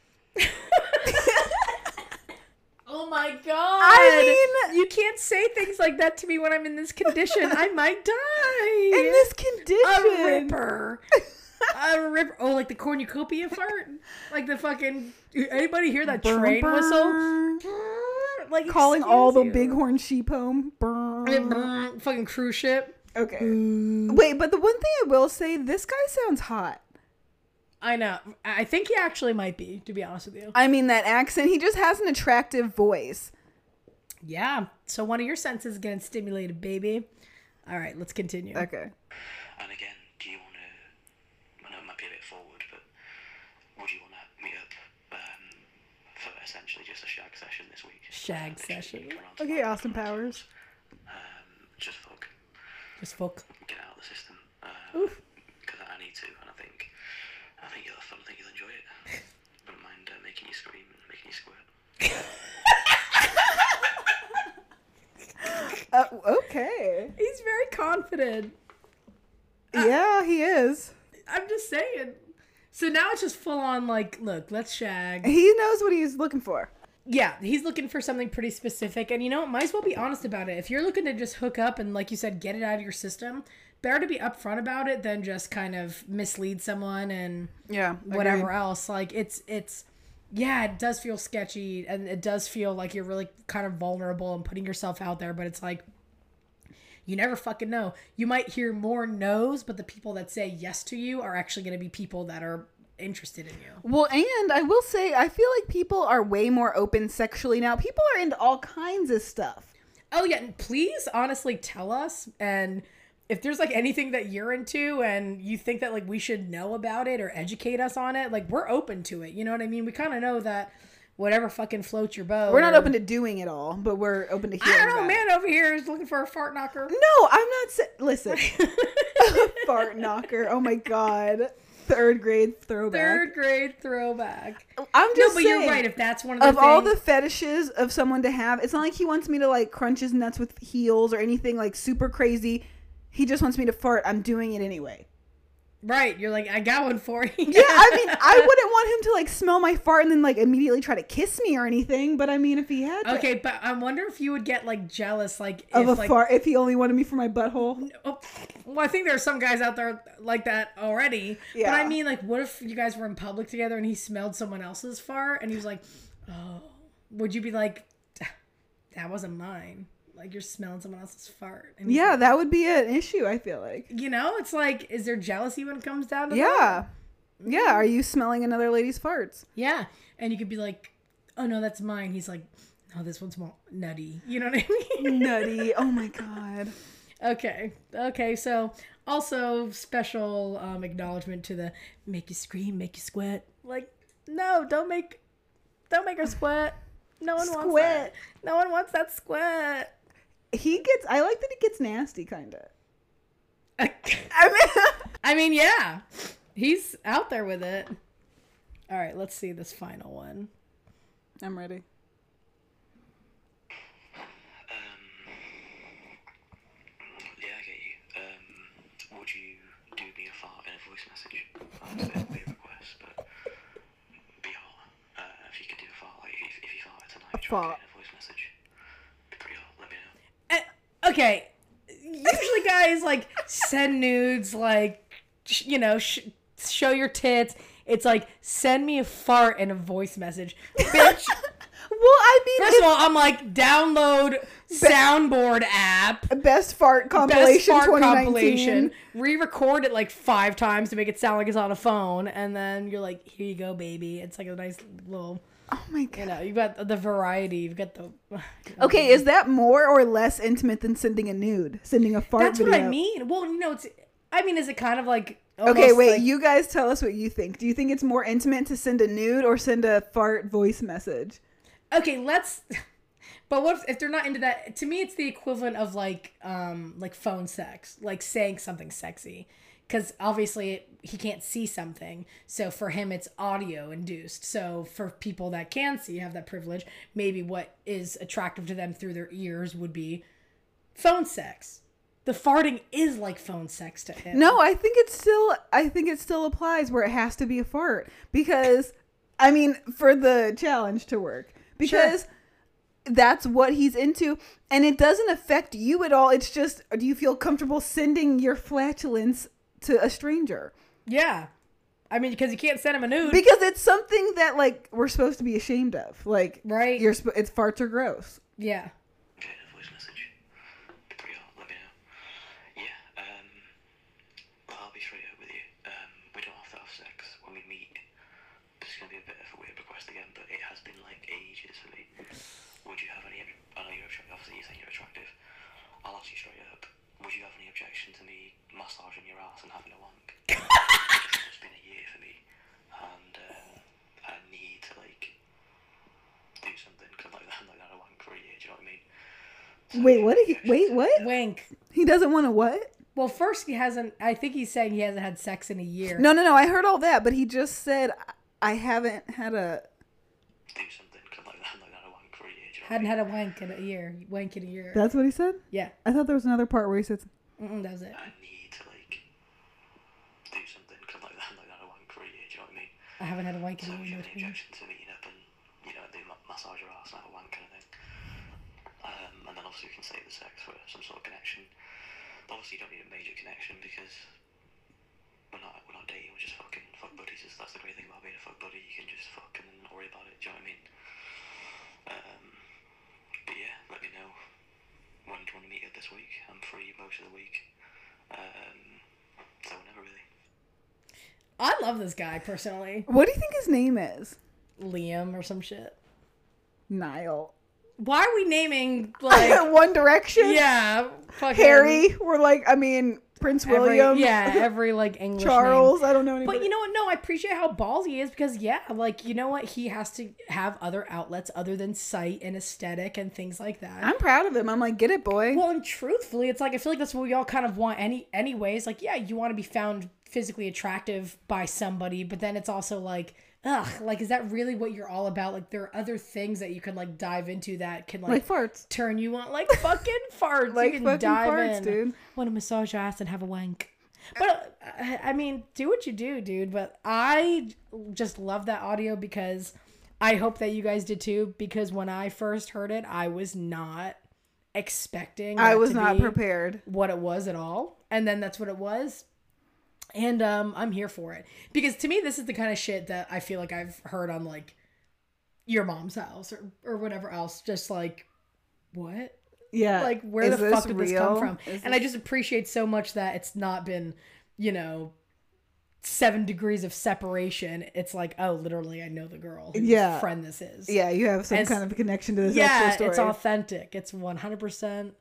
[SPEAKER 2] oh my god,
[SPEAKER 3] I mean-
[SPEAKER 2] you can't say things like that to me when I'm in this condition.
[SPEAKER 3] (laughs)
[SPEAKER 2] I might
[SPEAKER 3] In
[SPEAKER 2] die.
[SPEAKER 3] this
[SPEAKER 2] a
[SPEAKER 3] condition, (laughs)
[SPEAKER 2] ripper. A ripper. Oh, like the cornucopia fart? Like the fucking. Anybody hear that train whistle? Like
[SPEAKER 3] calling all the
[SPEAKER 2] excuse you.
[SPEAKER 3] bighorn sheep home. Brr.
[SPEAKER 2] fucking cruise ship.
[SPEAKER 3] Okay. Wait, but the one thing I will say, this guy sounds hot.
[SPEAKER 2] I know. I I think he actually might be, to be honest with you.
[SPEAKER 3] I mean, that accent, he just has an attractive voice.
[SPEAKER 2] Yeah. So one of your senses is getting stimulated, baby. All right, let's continue.
[SPEAKER 3] Okay.
[SPEAKER 4] And again, do you want to? I know it might be a bit forward, but would you want to meet up um, for essentially just a shag session this week?
[SPEAKER 2] Shag
[SPEAKER 4] Literally, you
[SPEAKER 2] session.
[SPEAKER 4] come around to
[SPEAKER 3] Okay,
[SPEAKER 4] my-
[SPEAKER 3] Austin Powers.
[SPEAKER 4] Um, just fuck,
[SPEAKER 2] Just fuck.
[SPEAKER 4] get out of the system. Because I need to, and I think, I think you'll have fun. I think you'll enjoy it. Wouldn't mind uh, making you scream and making you squirt.
[SPEAKER 3] Uh, okay.
[SPEAKER 2] He's very confident.
[SPEAKER 3] Yeah, he is.
[SPEAKER 2] I'm just saying. So now it's just full on like, look, let's shag.
[SPEAKER 3] He knows what he's looking for.
[SPEAKER 2] Yeah, he's looking for something pretty specific. And you know, what? might as well be honest about it. If you're looking to just hook up and, like you said, get it out of your system, better to be upfront about it than just kind of mislead someone and
[SPEAKER 3] Yeah.
[SPEAKER 2] whatever else. Like it's it's yeah, it does feel sketchy and it does feel like you're really kind of vulnerable and putting yourself out there, but it's like you never fucking know. You might hear more no's, but the people that say yes to you are actually going to be people that are interested in you.
[SPEAKER 3] Well, and I will say, I feel like people are way more open sexually now. People are into all kinds of stuff.
[SPEAKER 2] Oh yeah, and please honestly tell us and if there's like anything that you're into and you think that like we should know about it or educate us on it, like we're open to it. You know what I mean? We kind of know that whatever fucking floats your boat.
[SPEAKER 3] We're not
[SPEAKER 2] or-
[SPEAKER 3] open to doing it all, but we're open to
[SPEAKER 2] I
[SPEAKER 3] hearing.
[SPEAKER 2] don't know,
[SPEAKER 3] about it.
[SPEAKER 2] man over here is looking for a fart knocker.
[SPEAKER 3] No, I'm not. Sa- Listen,
[SPEAKER 2] (laughs)
[SPEAKER 3] (laughs) fart knocker. Oh my god, third grade throwback.
[SPEAKER 2] Third grade throwback.
[SPEAKER 3] I'm
[SPEAKER 2] No,
[SPEAKER 3] just
[SPEAKER 2] but
[SPEAKER 3] saying.
[SPEAKER 2] you're right. If that's one of the
[SPEAKER 3] Of
[SPEAKER 2] things,
[SPEAKER 3] all the fetishes of someone to have, it's not like he wants me to like crunch his nuts with heels or anything like super crazy. He just wants me to fart. I'm doing it anyway.
[SPEAKER 2] right, you're like, I got one for you.
[SPEAKER 3] Yeah, I mean, (laughs) I wouldn't want him to like smell my fart and then like immediately try to kiss me or anything. But I mean, if he had to,
[SPEAKER 2] (laughs) okay, but I wonder if you would get like jealous, like
[SPEAKER 3] of
[SPEAKER 2] if
[SPEAKER 3] a
[SPEAKER 2] like,
[SPEAKER 3] fart, if he only wanted me for my butthole.
[SPEAKER 2] oh, well, I think there are some guys out there like that already.
[SPEAKER 3] Yeah.
[SPEAKER 2] But I mean, like, what if you guys were in public together and he smelled someone else's fart and he was like, oh, would you be like, that wasn't mine? Like you're smelling someone else's fart. And he's
[SPEAKER 3] Yeah,
[SPEAKER 2] like-
[SPEAKER 3] that would be an issue. I feel like.
[SPEAKER 2] you know, it's like, is there jealousy when it comes down to that?
[SPEAKER 3] Yeah, yeah. Are you smelling another lady's farts?
[SPEAKER 2] Yeah. And you could be like, oh no, that's mine. He's like, no, this one's more nutty. You know what I mean?
[SPEAKER 3] nutty. Oh my god.
[SPEAKER 2] (laughs) okay. Okay. So, also special um, acknowledgement to the make you scream, make you sweat. Like, no, don't make, don't make her sweat. No one wants that.
[SPEAKER 3] Squat.
[SPEAKER 2] No one wants that sweat.
[SPEAKER 3] He gets. I like that he gets nasty, kind of. (laughs) I mean,
[SPEAKER 2] (laughs) I mean, yeah, he's out there with it. All right, let's see this final one.
[SPEAKER 3] I'm ready.
[SPEAKER 4] Um, yeah, I get you. Um, would you do me a fart in a voice message? Obviously, it'd be a request, but be hot. Uh, if you could do a fart, like if, if you farted tonight,
[SPEAKER 3] fart.
[SPEAKER 4] drop it in a voice
[SPEAKER 2] Eh, okay. Usually, guys like send nudes, like sh- you know, sh- show your tits. It's like send me a fart and a voice message, bitch.
[SPEAKER 3] Well, I mean,
[SPEAKER 2] First of all, I'm like download soundboard app.
[SPEAKER 3] best fart compilation
[SPEAKER 2] best fart
[SPEAKER 3] 2019.
[SPEAKER 2] compilation. Re-record it like five times to make it sound like it's on a phone, and then you're like, "Here you go, baby." It's like a nice little,
[SPEAKER 3] Oh my god.
[SPEAKER 2] you know, you've got the variety, you've got the. (sighs)
[SPEAKER 3] Okay, is that more or less intimate than sending a nude, sending a fart
[SPEAKER 2] that's
[SPEAKER 3] video?
[SPEAKER 2] what I mean. Well, you know, it's. I mean, is it kind of like?
[SPEAKER 3] Okay,
[SPEAKER 2] almost
[SPEAKER 3] wait.
[SPEAKER 2] like-
[SPEAKER 3] you guys tell us what you think. Do you think it's more intimate to send a nude or send a fart voice message?
[SPEAKER 2] okay let's (laughs) but what if, if they're not into that to me it's the equivalent of like um like phone sex like saying something sexy because obviously it, he can't see something so for him it's audio induced so for people that can see have that privilege maybe what is attractive to them through their ears would be phone sex the farting is like phone sex to him
[SPEAKER 3] No, I think it's still. I think it still applies where it has to be a fart because, I mean, for the challenge to work because. That's what he's into, and it doesn't affect you at all. It's just, do you feel comfortable sending your flatulence to a stranger?
[SPEAKER 2] yeah i mean because you can't send him a nude
[SPEAKER 3] because it's something that like we're supposed to be ashamed of. Like,
[SPEAKER 2] Right.
[SPEAKER 3] You're sp- it's farts are gross.
[SPEAKER 2] yeah
[SPEAKER 4] Okay, a voice message. Be pretty hot, let me know. Yeah, um, well, I'll be straight up with you. Um, we don't have to have sex when we meet. This is going to be a bit of a weird request again, but it has been like ages for me. Would you have any, ob- I know you're attractive, obviously you think you're attractive. I'll ask you straight up. Would you have any objection to me massaging your ass and having a wank? (laughs) it's been a year for me, and uh, I need to like do something, because like, I'm like, I don't wank for a year, do you know what I mean?
[SPEAKER 3] Wait, what? He, wait, what?
[SPEAKER 2] wink
[SPEAKER 3] He doesn't want to what?
[SPEAKER 2] Well, first he hasn't. I think he's saying he hasn't had sex in a year.
[SPEAKER 3] No, no, no. I heard all that, but he just said "I- I haven't had a.
[SPEAKER 4] do something because like (laughs) that, like that, I want career. Do you know what I
[SPEAKER 2] hadn't
[SPEAKER 4] mean?
[SPEAKER 2] had a wank in a year. Wank in a year.
[SPEAKER 3] That's what he said.
[SPEAKER 2] yeah,
[SPEAKER 3] I thought there was another part where he said,
[SPEAKER 2] Mm-mm, that was it.
[SPEAKER 4] I need to like do something because like (laughs) that, like that, I want career. Do you know what I mean?
[SPEAKER 2] I haven't had a wank
[SPEAKER 4] So
[SPEAKER 2] in a
[SPEAKER 4] would you
[SPEAKER 2] year.
[SPEAKER 4] have any objection to meeting up and you know do ma- massage your ass and have a wank kind of thing? Um, and then obviously we can save the sex for some sort of connection. Obviously you don't need a major connection because we're not we're not dating. We're just fucking fuck buddies. That's- That's the great thing about being a fuck buddy. You can just fuck and not worry about it. Do you know what I mean? Um, but yeah, let me know when do you want to meet up this week. I'm free most of the week. Um, so whenever really.
[SPEAKER 2] I love this guy personally,
[SPEAKER 3] "What do you think his name is?"
[SPEAKER 2] Liam or some shit.
[SPEAKER 3] Niall.
[SPEAKER 2] Why are we
[SPEAKER 3] (laughs)
[SPEAKER 2] naming (laughs) like?
[SPEAKER 3] One Direction.
[SPEAKER 2] yeah, fucking
[SPEAKER 3] Harry. We're like, I mean, Prince
[SPEAKER 2] every-
[SPEAKER 3] William.
[SPEAKER 2] Yeah, every like English name.
[SPEAKER 3] Charles. I don't know anybody.
[SPEAKER 2] But you know what? No, I appreciate how ballsy he is because yeah, like you know what, he has to have other outlets other than sight and aesthetic and things like that.
[SPEAKER 3] I'm proud of him. I'm like, get it, boy.
[SPEAKER 2] Well, and truthfully, it's like I feel like that's what we all kind of want. Any, anyways, like yeah, you want to be found physically attractive by somebody, but then it's also like, ugh, like is that really what you're all about? Like there are other things that you can like dive into that can like,
[SPEAKER 3] like farts.
[SPEAKER 2] turn you on, like
[SPEAKER 3] (laughs)
[SPEAKER 2] fucking farts.
[SPEAKER 3] Like
[SPEAKER 2] you can
[SPEAKER 3] fucking
[SPEAKER 2] dive
[SPEAKER 3] farts,
[SPEAKER 2] in.
[SPEAKER 3] dude.
[SPEAKER 2] Want to massage your ass and have a wank. But uh, I mean, do what you do, dude. But I just love that audio because I hope that you guys did too. Because when I first heard it, I was not expecting.
[SPEAKER 3] I
[SPEAKER 2] that
[SPEAKER 3] was
[SPEAKER 2] to
[SPEAKER 3] not
[SPEAKER 2] be
[SPEAKER 3] prepared.
[SPEAKER 2] what it was at all. And then that's what it was. And um, I'm here for it. Because to me, this is the kind of shit that I feel like I've heard on like your mom's house or, or whatever else. Just like, what?
[SPEAKER 3] Yeah.
[SPEAKER 2] Like, where
[SPEAKER 3] Uh, Is
[SPEAKER 2] the fuck did this come
[SPEAKER 3] real?
[SPEAKER 2] from?
[SPEAKER 3] Is
[SPEAKER 2] and I just appreciate so much that it's not been, you know, seven degrees of separation. It's like, oh, literally, I know the girl whose
[SPEAKER 3] Yeah.
[SPEAKER 2] friend this is.
[SPEAKER 3] Yeah, you have some
[SPEAKER 2] As-
[SPEAKER 3] kind of connection to this
[SPEAKER 2] Yeah,
[SPEAKER 3] actual story.
[SPEAKER 2] it's authentic. It's 100%.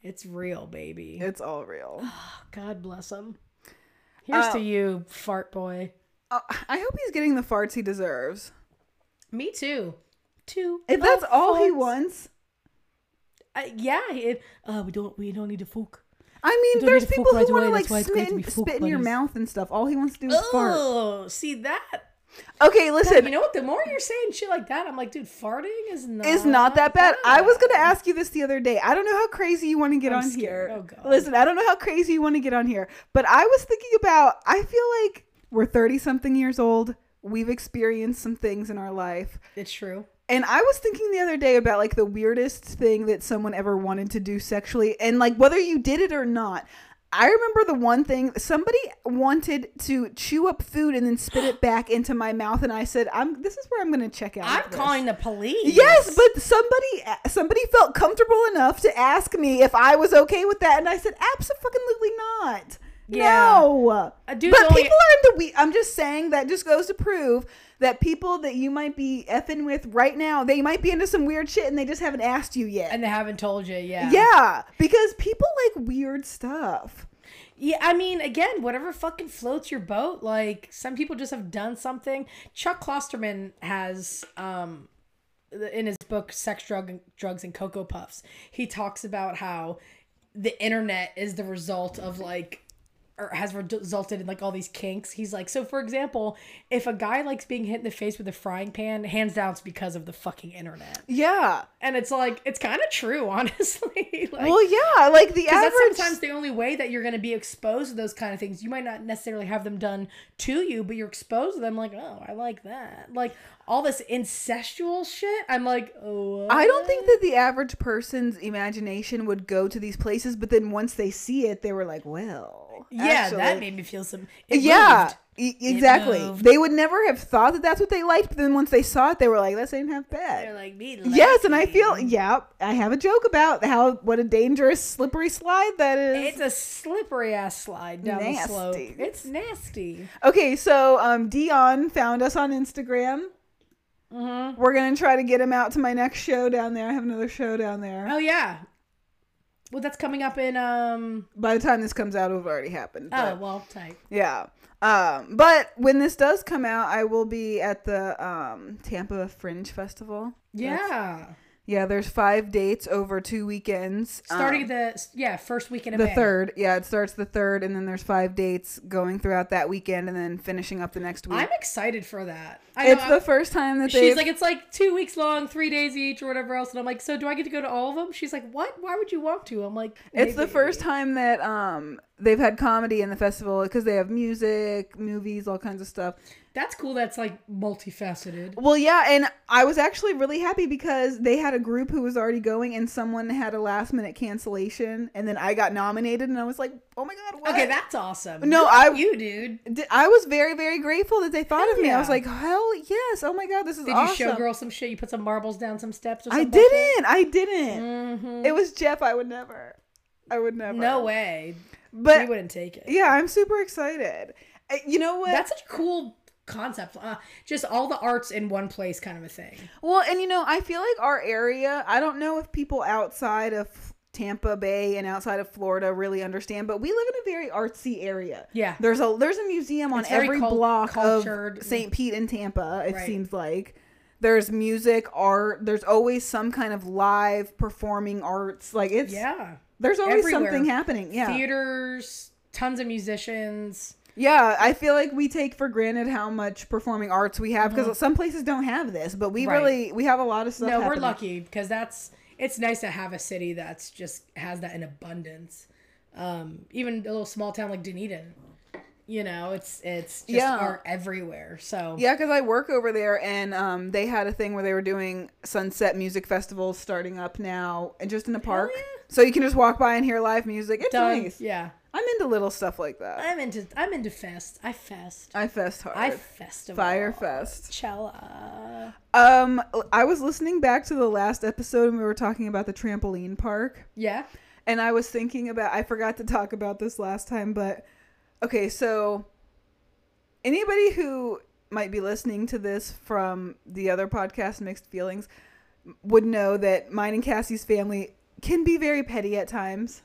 [SPEAKER 2] It's real, baby.
[SPEAKER 3] It's all real.
[SPEAKER 2] (sighs) God bless Oh. him. Here's to you, fart boy.
[SPEAKER 3] Uh, I hope he's getting the farts he deserves.
[SPEAKER 2] Me too. Two.
[SPEAKER 3] If that's all he
[SPEAKER 2] farts.
[SPEAKER 3] wants,
[SPEAKER 2] Uh, yeah. It, uh, we don't. We don't need to fuck.
[SPEAKER 3] I
[SPEAKER 2] You
[SPEAKER 3] mean,
[SPEAKER 2] don't
[SPEAKER 3] there's
[SPEAKER 2] need to
[SPEAKER 3] people
[SPEAKER 2] fuck right
[SPEAKER 3] who want
[SPEAKER 2] away,
[SPEAKER 3] to like
[SPEAKER 2] that's why it's great
[SPEAKER 3] spit,
[SPEAKER 2] to
[SPEAKER 3] in-
[SPEAKER 2] be fuck
[SPEAKER 3] spit in your
[SPEAKER 2] buddies.
[SPEAKER 3] mouth and stuff. All he wants to do is fart.
[SPEAKER 2] Oh, see that?
[SPEAKER 3] Okay,
[SPEAKER 2] you
[SPEAKER 3] listen,
[SPEAKER 2] know what? The more you're saying shit like that, I'm like, dude, farting is not.
[SPEAKER 3] it's not that bad. I was gonna ask you this the other day. I don't know how crazy you want to get
[SPEAKER 2] I'm
[SPEAKER 3] on
[SPEAKER 2] scared.
[SPEAKER 3] here.
[SPEAKER 2] Oh, God.
[SPEAKER 3] Listen, I don't know how crazy you want to get on here, but I was thinking about. I feel like we're thirty something years old. We've experienced some things in our life.
[SPEAKER 2] It's true.
[SPEAKER 3] And I was thinking the other day about like the weirdest thing that someone ever wanted to do sexually and like whether you did it or not. I remember the one thing somebody wanted to chew up food and then spit it back into my mouth and I said, "I'm this is where I'm going to check out."
[SPEAKER 2] I'm
[SPEAKER 3] of this."
[SPEAKER 2] calling the police.
[SPEAKER 3] Yes, but somebody somebody felt comfortable enough to ask me if I was okay with that, and I said absolutely not.
[SPEAKER 2] Yeah.
[SPEAKER 3] No,
[SPEAKER 2] A dude's
[SPEAKER 3] but
[SPEAKER 2] only-
[SPEAKER 3] people are in the we. I'm just saying that just goes to prove that people that you might be effing with right now, they might be into some weird shit, and they just haven't asked you yet.
[SPEAKER 2] and they haven't told you. Yeah.
[SPEAKER 3] yeah, because people like weird stuff.
[SPEAKER 2] Yeah, I mean, again, whatever fucking floats your boat. Like some people just have done something. Chuck Klosterman has, um, in his book "Sex, Drug, Drugs, and Cocoa Puffs," he talks about how the internet is the result of like. Or has resulted in like all these kinks. He's like, so for example, if a guy likes being hit in the face with a frying pan, hands down it's because of the fucking internet.
[SPEAKER 3] Yeah.
[SPEAKER 2] And it's like, it's kind of true, (laughs) honestly. like,
[SPEAKER 3] Well, yeah, like the
[SPEAKER 2] because
[SPEAKER 3] average.
[SPEAKER 2] that's sometimes the only way that you're going to be exposed to those kind of things. You might not necessarily have them done to you, but you're exposed to them. Like, oh, I like that. Like all this incestual shit. I'm like, oh,
[SPEAKER 3] I don't think that the average person's imagination would go to these places, but then once they see it, they were like, "Well,
[SPEAKER 2] Yeah, that
[SPEAKER 3] actually-
[SPEAKER 2] made me feel some. it
[SPEAKER 3] yeah,
[SPEAKER 2] moved.
[SPEAKER 3] e- exactly."
[SPEAKER 2] moved.
[SPEAKER 3] They would never have thought that that's what they liked, but then once they saw it, they were like, "This ain't half
[SPEAKER 2] They're
[SPEAKER 3] bad."
[SPEAKER 2] like me.
[SPEAKER 3] Yes, and I
[SPEAKER 2] liking.
[SPEAKER 3] feel yeah. I have a joke about how what a dangerous slippery slide that is.
[SPEAKER 2] It's a slippery ass slide down the slope.
[SPEAKER 3] Nasty.
[SPEAKER 2] It's nasty.
[SPEAKER 3] okay, so um, Dion found us on Instagram.
[SPEAKER 2] Mm-hmm.
[SPEAKER 3] We're gonna try to get him out to my next show down there. I have another show down there.
[SPEAKER 2] Oh yeah. Well, that's coming up in um.
[SPEAKER 3] By the time this comes out, it'll have already happened.
[SPEAKER 2] Oh
[SPEAKER 3] but-
[SPEAKER 2] well, type.
[SPEAKER 3] Yeah. Um, but when this does come out, I will be at the um, Tampa Fringe Festival.
[SPEAKER 2] Yeah.
[SPEAKER 3] Yeah, there's five dates over two weekends. Um,
[SPEAKER 2] Starting the yeah first weekend of
[SPEAKER 3] the
[SPEAKER 2] May.
[SPEAKER 3] third. Yeah, it starts the third, and then there's five dates going throughout that weekend, and then finishing up the next week.
[SPEAKER 2] I'm excited for that. I
[SPEAKER 3] it's
[SPEAKER 2] know,
[SPEAKER 3] the first time that they.
[SPEAKER 2] she's like, it's like two weeks long, three days each, or whatever else. And I'm like, so do I get to go to all of them? She's like, what? Why would you want to? I'm like,
[SPEAKER 3] It's the
[SPEAKER 2] maybe.
[SPEAKER 3] first time that um they've had comedy in the festival because they have music, movies, all kinds of stuff.
[SPEAKER 2] That's cool. That's like multifaceted.
[SPEAKER 3] Well, yeah, and I was actually really happy because they had a group who was already going, and someone had a last minute cancellation, and then I got nominated, and I was like, "Oh my god!" What?
[SPEAKER 2] Okay, that's awesome.
[SPEAKER 3] No,
[SPEAKER 2] Good
[SPEAKER 3] I-
[SPEAKER 2] for you dude.
[SPEAKER 3] Di- I was very, very grateful that they thought
[SPEAKER 2] Hell
[SPEAKER 3] of me. I was
[SPEAKER 2] yeah.
[SPEAKER 3] like, "Hell yes! Oh my god, this is
[SPEAKER 2] Did
[SPEAKER 3] awesome!"
[SPEAKER 2] you show girl some shit? You put some marbles down some steps or
[SPEAKER 3] I
[SPEAKER 2] something?
[SPEAKER 3] didn't. I didn't. It was Jeff. I would never. I would never.
[SPEAKER 2] Mm-hmm. No way.
[SPEAKER 3] But
[SPEAKER 2] you wouldn't take it.
[SPEAKER 3] yeah, I'm super excited. Uh, You know what?
[SPEAKER 2] That's such a cool concept. Uh, just all the arts in one place, kind of a thing.
[SPEAKER 3] Well, and you know, I feel like our area, I don't know if people outside of Tampa Bay and outside of Florida really understand, but we live in a very artsy area.
[SPEAKER 2] Yeah.
[SPEAKER 3] There's a there's a museum on
[SPEAKER 2] It's very
[SPEAKER 3] every
[SPEAKER 2] cul-
[SPEAKER 3] block
[SPEAKER 2] cultured.
[SPEAKER 3] of St. Pete and Tampa, it
[SPEAKER 2] Right.
[SPEAKER 3] seems like. There's music, art, there's always some kind of live performing arts. Like it's
[SPEAKER 2] Yeah.
[SPEAKER 3] there's always
[SPEAKER 2] Everywhere.
[SPEAKER 3] something happening. Yeah.
[SPEAKER 2] Theaters, tons of musicians.
[SPEAKER 3] Yeah, I feel like we take for granted how much performing arts we have because some places don't have this, but we
[SPEAKER 2] Mm-hmm. Right.
[SPEAKER 3] really we have a lot of stuff.
[SPEAKER 2] no we're
[SPEAKER 3] happening.
[SPEAKER 2] lucky because that's it's nice to have a city that's just has that in abundance um even a little small town like dunedin you know it's it's just
[SPEAKER 3] Yeah.
[SPEAKER 2] are everywhere so
[SPEAKER 3] Yeah, because I work over there, and um, they had a thing where they were doing sunset music festivals starting up now, and just in a park, so you can just walk by and hear live music. It's
[SPEAKER 2] done
[SPEAKER 3] nice.
[SPEAKER 2] yeah
[SPEAKER 3] I'm into little stuff like that.
[SPEAKER 2] i'm into i'm into fest i fest
[SPEAKER 3] I fest hard.
[SPEAKER 2] i festival
[SPEAKER 3] Fire fest.
[SPEAKER 2] Cella.
[SPEAKER 3] Um, I was listening back to the last episode, and we were talking about the trampoline park.
[SPEAKER 2] yeah
[SPEAKER 3] And I was thinking about I forgot to talk about this last time, but okay, so anybody who might be listening to this from the other podcast Mixed Feelings would know that mine and Cassie's family can be very petty at times.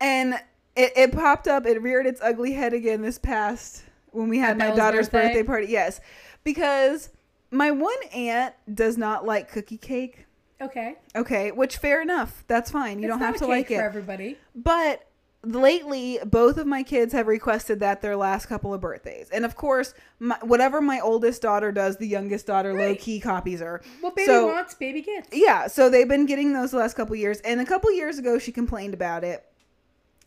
[SPEAKER 3] and it, it popped up, it reared its ugly head again this past when we had my
[SPEAKER 2] Bella's
[SPEAKER 3] daughter's
[SPEAKER 2] birthday?
[SPEAKER 3] birthday party. Yes. Because my one aunt does not like cookie cake.
[SPEAKER 2] okay
[SPEAKER 3] Okay, which fair enough. That's fine. You
[SPEAKER 2] It's
[SPEAKER 3] don't
[SPEAKER 2] not
[SPEAKER 3] have
[SPEAKER 2] a
[SPEAKER 3] to
[SPEAKER 2] cake
[SPEAKER 3] like
[SPEAKER 2] for
[SPEAKER 3] it.
[SPEAKER 2] everybody
[SPEAKER 3] But lately, both of my kids have requested that their last couple of birthdays. And of course, my, whatever my oldest daughter does, the youngest daughter low key copies her.
[SPEAKER 2] what baby
[SPEAKER 3] So-
[SPEAKER 2] wants baby gets
[SPEAKER 3] Yeah, so they've been getting those the last couple years. And a couple years ago, she complained about it.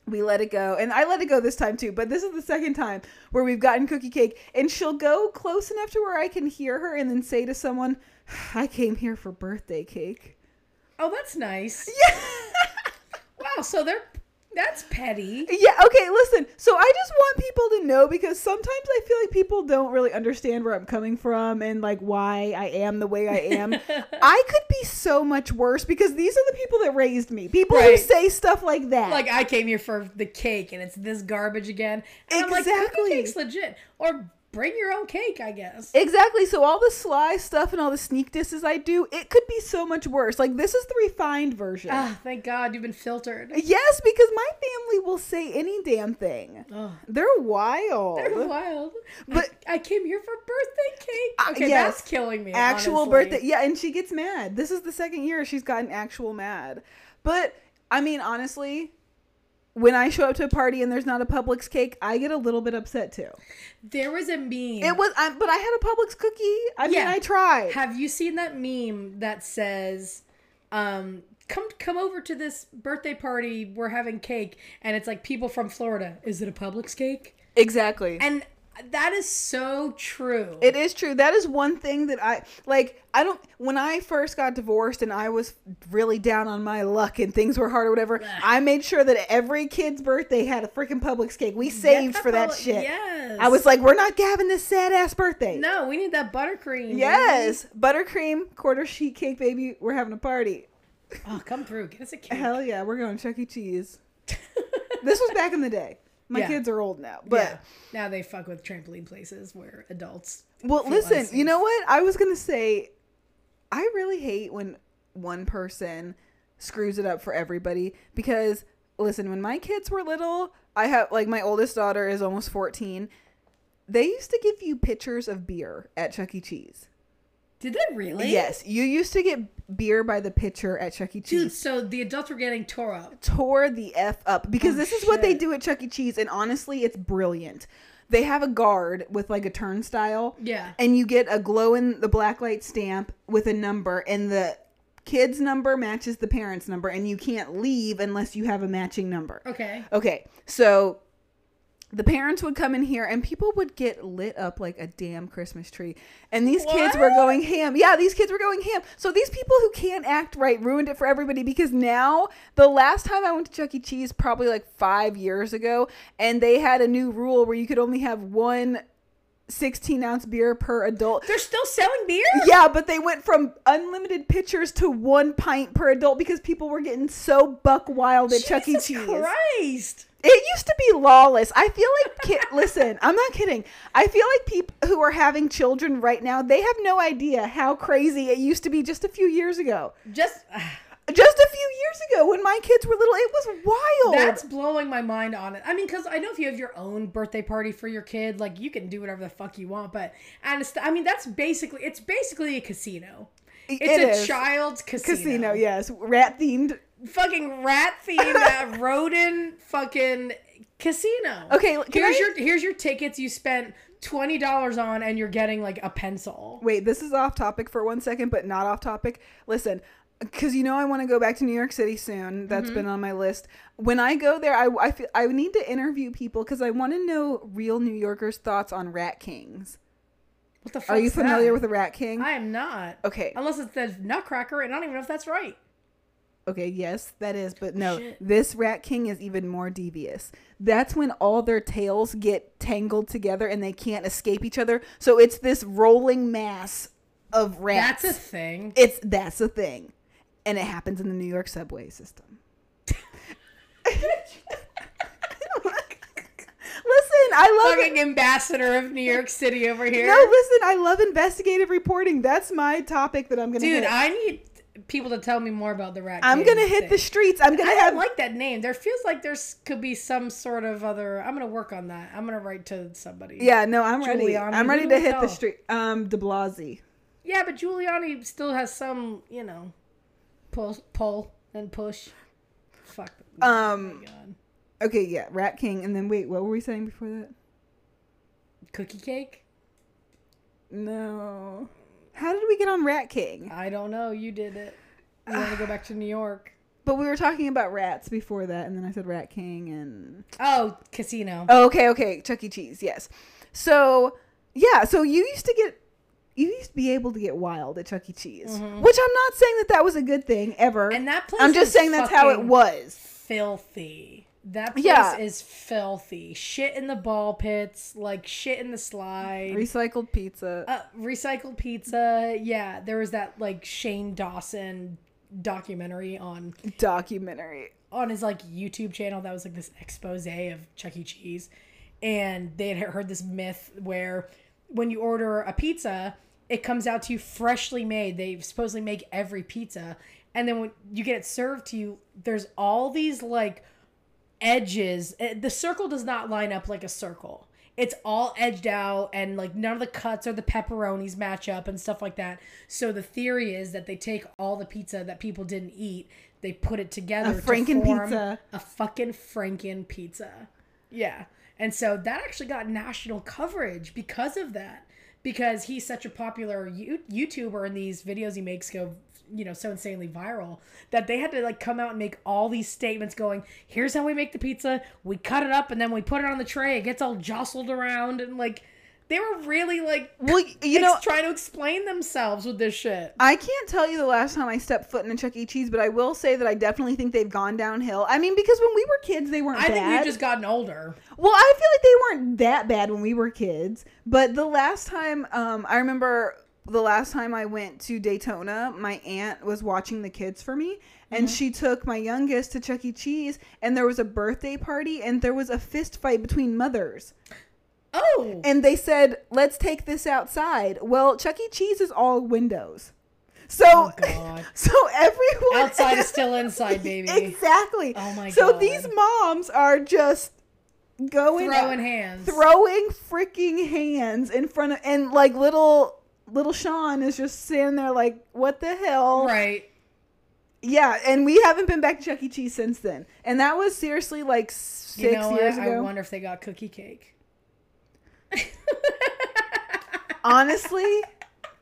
[SPEAKER 3] we let it go and i let it go this time too but this is the second time where we've gotten cookie cake and she'll go close enough to where i can hear her and then say to someone (sighs) i came here for birthday
[SPEAKER 2] (laughs)
[SPEAKER 3] cake (laughs)
[SPEAKER 2] Oh, that's nice.
[SPEAKER 3] yeah
[SPEAKER 2] Wow, so they're that's petty.
[SPEAKER 3] yeah okay listen so i just want people to know because sometimes i feel like people don't really understand where i'm coming from and like why i am the way i
[SPEAKER 2] (laughs)
[SPEAKER 3] am i could be so much worse because these are the people that raised me people who
[SPEAKER 2] Right.
[SPEAKER 3] say stuff like that
[SPEAKER 2] Like I came here for the cake and it's this garbage again. And I'm like,
[SPEAKER 3] Exactly.
[SPEAKER 2] cookie cake's legit. Or bring your own cake, I guess.
[SPEAKER 3] Exactly. So all the sly stuff and all the sneak disses I do, it could be so much worse. Like this is the refined version.
[SPEAKER 2] Ah, thank God you've been filtered. (laughs)
[SPEAKER 3] yes, because my family will say any damn thing.
[SPEAKER 2] Oh,
[SPEAKER 3] They're wild.
[SPEAKER 2] they're wild.
[SPEAKER 3] But-
[SPEAKER 2] But I, I came here for birthday cake.
[SPEAKER 3] Uh,
[SPEAKER 2] Okay,
[SPEAKER 3] yes.
[SPEAKER 2] that's killing me.
[SPEAKER 3] actual
[SPEAKER 2] honestly.
[SPEAKER 3] birthday. Yeah, and she gets mad. This is the second year she's gotten actual mad. But I mean, honestly, when I show up to a party and there's not a Publix cake, I get a little bit upset too.
[SPEAKER 2] There was a meme.
[SPEAKER 3] It was, I, but I had a Publix cookie. I mean,
[SPEAKER 2] Yeah.
[SPEAKER 3] I tried.
[SPEAKER 2] Have you seen that meme that says, um, "Come, come over to this birthday party. We're having cake, and it's like people from Florida. Is it a Publix cake?"
[SPEAKER 3] exactly.
[SPEAKER 2] And that is so true.
[SPEAKER 3] It is true. That is one thing that I like. I don't. When I first got divorced and I was really down on my luck and things were hard or whatever, I made sure that every kid's birthday had a freaking Publix cake. We saved
[SPEAKER 2] That's
[SPEAKER 3] for that
[SPEAKER 2] Publi-
[SPEAKER 3] shit.
[SPEAKER 2] Yes.
[SPEAKER 3] I was like, we're not having this sad ass birthday.
[SPEAKER 2] no, we need that buttercream. baby.
[SPEAKER 3] Yes, buttercream quarter sheet cake, baby. We're having a party.
[SPEAKER 2] Oh, come through. Get us a cake.
[SPEAKER 3] Hell yeah, we're going Chuck
[SPEAKER 2] (laughs)
[SPEAKER 3] E. Cheese. this was back in the day. My
[SPEAKER 2] Yeah.
[SPEAKER 3] kids are old now, but.
[SPEAKER 2] yeah. Now they fuck with trampoline places where adults.
[SPEAKER 3] Well,
[SPEAKER 2] feel
[SPEAKER 3] listen, you
[SPEAKER 2] unsafe.
[SPEAKER 3] know what? I was going to say, I really hate when one person screws it up for everybody because, listen, when my kids were little, I have, like, my oldest daughter is almost 14. They used to give you pictures of beer at Chuck E. Cheese.
[SPEAKER 2] Did they really?
[SPEAKER 3] Yes, you used to get beer by the pitcher at Chuck E.
[SPEAKER 2] Dude,
[SPEAKER 3] Cheese.
[SPEAKER 2] so the adults were getting tore up.
[SPEAKER 3] Tore the F up because
[SPEAKER 2] Oh,
[SPEAKER 3] this is what they
[SPEAKER 2] shit.
[SPEAKER 3] do at Chuck E. Cheese, and honestly, it's brilliant. They have a guard with like a turnstile
[SPEAKER 2] Yeah.
[SPEAKER 3] and you get a glow in the black light stamp with a number and the kid's number matches the parent's number and you can't leave unless you have a matching number
[SPEAKER 2] Okay.
[SPEAKER 3] okay so the parents would come in here and people would get lit up like a damn christmas tree and these kids were
[SPEAKER 2] What?
[SPEAKER 3] going ham yeah these kids were going ham so these people who can't act right ruined it for everybody because now the last time i went to chuck e cheese probably like five years ago and they had a new rule where you could only have one 16 ounce beer per adult
[SPEAKER 2] They're still selling beer?
[SPEAKER 3] yeah, but they went from unlimited pitchers to one pint per adult because people were getting so buck wild at Chuck E.
[SPEAKER 2] Jesus
[SPEAKER 3] Cheese.
[SPEAKER 2] Christ.
[SPEAKER 3] It used to be lawless. I feel like,
[SPEAKER 2] (laughs)
[SPEAKER 3] ki- listen, I'm not kidding. I feel like people who are having children right now, they have no idea how crazy it used to be just a few years ago.
[SPEAKER 2] Just (sighs)
[SPEAKER 3] Just a few years ago when my kids were little, it was wild.
[SPEAKER 2] that's blowing my mind on it. I mean, because I know if you have your own birthday party for your kid, like you can do whatever the fuck you want. But and it's, I mean, that's basically it's basically a casino. It's
[SPEAKER 3] It
[SPEAKER 2] a
[SPEAKER 3] is.
[SPEAKER 2] child's casino.
[SPEAKER 3] Casino, yes. Rat themed.
[SPEAKER 2] Fucking rat
[SPEAKER 3] (laughs)
[SPEAKER 2] themed rodent fucking casino.
[SPEAKER 3] Okay, can
[SPEAKER 2] here's
[SPEAKER 3] I-
[SPEAKER 2] your here's your tickets you spent twenty dollars on, and you're getting like a pencil.
[SPEAKER 3] Wait, this is off topic for one second, but not off topic. Listen, because you know I want to go back to New York City soon. That's
[SPEAKER 2] Mm-hmm.
[SPEAKER 3] been on my list. When I go there, I, I, feel, I need to interview people because I want to know real New Yorkers' thoughts on Rat Kings.
[SPEAKER 2] What the fuck?
[SPEAKER 3] Are you familiar with a Rat King?
[SPEAKER 2] I am not.
[SPEAKER 3] Okay.
[SPEAKER 2] Unless it's the Nutcracker, and I don't even know if that's right.
[SPEAKER 3] Okay, yes, that is, but no,
[SPEAKER 2] Shit.
[SPEAKER 3] this Rat King is even more devious. That's when all their tails get tangled together and they can't escape each other. So it's this rolling mass of rats.
[SPEAKER 2] That's a thing.
[SPEAKER 3] It's that's a thing, and it happens in the New York subway system. (laughs) listen, I love it.
[SPEAKER 2] fucking ambassador of New York City over here.
[SPEAKER 3] (laughs) No, listen, I love investigative reporting. That's my topic that I'm gonna
[SPEAKER 2] Dude,
[SPEAKER 3] hit.
[SPEAKER 2] I need people to tell me more about the rat.
[SPEAKER 3] I'm
[SPEAKER 2] King
[SPEAKER 3] gonna hit
[SPEAKER 2] thing.
[SPEAKER 3] the streets. I'm gonna
[SPEAKER 2] I
[SPEAKER 3] have
[SPEAKER 2] don't like that name. There feels like there's could be some sort of other. I'm gonna work on that. I'm gonna write to somebody.
[SPEAKER 3] yeah. No, I'm ready.
[SPEAKER 2] Giuliani,
[SPEAKER 3] I'm
[SPEAKER 2] who
[SPEAKER 3] ready
[SPEAKER 2] do
[SPEAKER 3] to
[SPEAKER 2] we
[SPEAKER 3] hit the
[SPEAKER 2] call?
[SPEAKER 3] street. Um, De Blasi.
[SPEAKER 2] yeah, but Giuliani still has some, you know, pull, pull and push. Fuck. Oh
[SPEAKER 3] Um,
[SPEAKER 2] God.
[SPEAKER 3] okay, yeah, Rat King, and then wait, what were we saying before that?
[SPEAKER 2] Cookie cake?
[SPEAKER 3] No, how did we get on Rat King?
[SPEAKER 2] I don't know. You did it. You want to go back to New York?
[SPEAKER 3] But we were talking about rats before that, and then I said Rat King and
[SPEAKER 2] Oh, casino.
[SPEAKER 3] Oh, okay, okay. Chuck E. Cheese, yes. So, yeah, so you used to get, you used to be able to get wild at Chuck E. Cheese, which I'm not saying that that was a good thing ever.
[SPEAKER 2] Mm-hmm. And that place
[SPEAKER 3] I'm just
[SPEAKER 2] is
[SPEAKER 3] saying that's how it
[SPEAKER 2] fucking-
[SPEAKER 3] was.
[SPEAKER 2] filthy. That place
[SPEAKER 3] Yeah.
[SPEAKER 2] is filthy. Shit in the ball pits, like shit in the slide.
[SPEAKER 3] Recycled pizza.
[SPEAKER 2] uh, recycled pizza. Yeah, there was that like Shane Dawson documentary on
[SPEAKER 3] documentary.
[SPEAKER 2] on his like YouTube channel that was like this expose of Chuck E. Cheese, and they had heard this myth where when you order a pizza, it comes out to you freshly made. They supposedly make every pizza, and then when you get it served to you, there's all these like edges. Eh, The circle does not line up like a circle. It's all edged out, and like none of the cuts or the pepperonis match up and stuff like that. So the theory is that they take all the pizza that people didn't eat, they put it together, to
[SPEAKER 3] Franken
[SPEAKER 2] form
[SPEAKER 3] pizza.
[SPEAKER 2] a fucking Franken pizza. Yeah, and so that actually got national coverage because of that, because he's such a popular you- YouTuber, and these videos he makes go you know so insanely viral that they had to like come out and make all these statements going here's how we make the pizza we cut it up and then we put it on the tray it gets all jostled around and like they were really like
[SPEAKER 3] Well, you know,
[SPEAKER 2] ex- trying to explain themselves with this shit
[SPEAKER 3] I can't tell you the last time I stepped foot in a Chuck E. Cheese, but I will say that I definitely think they've gone downhill. I mean, because when we were kids, they weren't
[SPEAKER 2] i
[SPEAKER 3] bad.
[SPEAKER 2] think we've just gotten older
[SPEAKER 3] Well, I feel like they weren't that bad when we were kids, but the last time um, I remember the last time I went to Daytona, my aunt was watching the kids for me, and
[SPEAKER 2] Mm-hmm.
[SPEAKER 3] she took my youngest to Chuck E. Cheese, and there was a birthday party, and there was a fist fight between mothers,
[SPEAKER 2] oh
[SPEAKER 3] and they said, "Let's take this outside." Well, Chuck E. Cheese is all windows, (laughs) so
[SPEAKER 2] Oh, God.
[SPEAKER 3] so everyone
[SPEAKER 2] outside
[SPEAKER 3] (laughs)
[SPEAKER 2] is still inside baby
[SPEAKER 3] Exactly.
[SPEAKER 2] Oh my
[SPEAKER 3] So
[SPEAKER 2] God.
[SPEAKER 3] these moms are just going
[SPEAKER 2] throwing hands
[SPEAKER 3] throwing freaking hands in front of and like little little Sean is just sitting there like what the hell
[SPEAKER 2] right
[SPEAKER 3] yeah and we haven't been back to Chuck E. Cheese since then and that was seriously like six
[SPEAKER 2] you know what?
[SPEAKER 3] years
[SPEAKER 2] i
[SPEAKER 3] ago
[SPEAKER 2] wonder if they got cookie (laughs) cake
[SPEAKER 3] honestly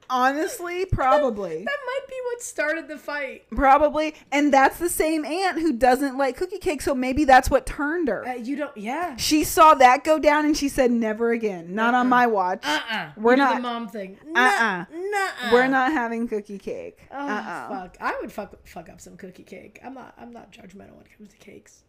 [SPEAKER 3] honestly probably
[SPEAKER 2] (laughs) that might be what started the fight
[SPEAKER 3] probably and that's the same aunt who doesn't like cookie cake so maybe that's what turned her
[SPEAKER 2] uh, you don't yeah
[SPEAKER 3] she saw that go down and she said never again not on my watch
[SPEAKER 2] uh-uh
[SPEAKER 3] We're
[SPEAKER 2] You do
[SPEAKER 3] not-
[SPEAKER 2] the mom thing
[SPEAKER 3] Uh-uh.
[SPEAKER 2] nuh
[SPEAKER 3] we're not having cookie cake Uh-uh.
[SPEAKER 2] Oh fuck! I would fuck fuck up some cookie cake. I'm not I'm not judgmental when it comes to cakes.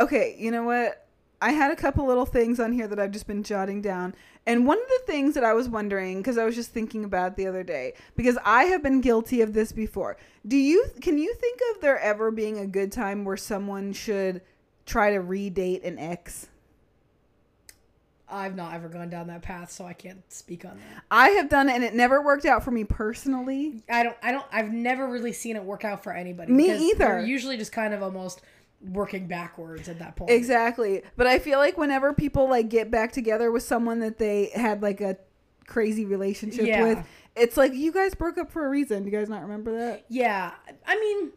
[SPEAKER 3] Okay, you know what? I had a couple little things on here that I've just been jotting down. And one of the things that I was wondering because I was just thinking about it the other day because I have been guilty of this before. Do you can you think of there ever being a good time where someone should try to redate an ex?
[SPEAKER 2] I've not ever gone down that path, so I can't speak on that.
[SPEAKER 3] I have done it and it never worked out for me personally.
[SPEAKER 2] I don't I don't I've never really seen it work out for anybody.
[SPEAKER 3] Me
[SPEAKER 2] because
[SPEAKER 3] either.
[SPEAKER 2] they're Usually, just kind of almost working backwards at that point.
[SPEAKER 3] Exactly. But I feel like whenever people like get back together with someone that they had like a crazy relationship
[SPEAKER 2] Yeah.
[SPEAKER 3] with, it's like you guys broke up for a reason. Do you guys not remember that?
[SPEAKER 2] Yeah, I mean,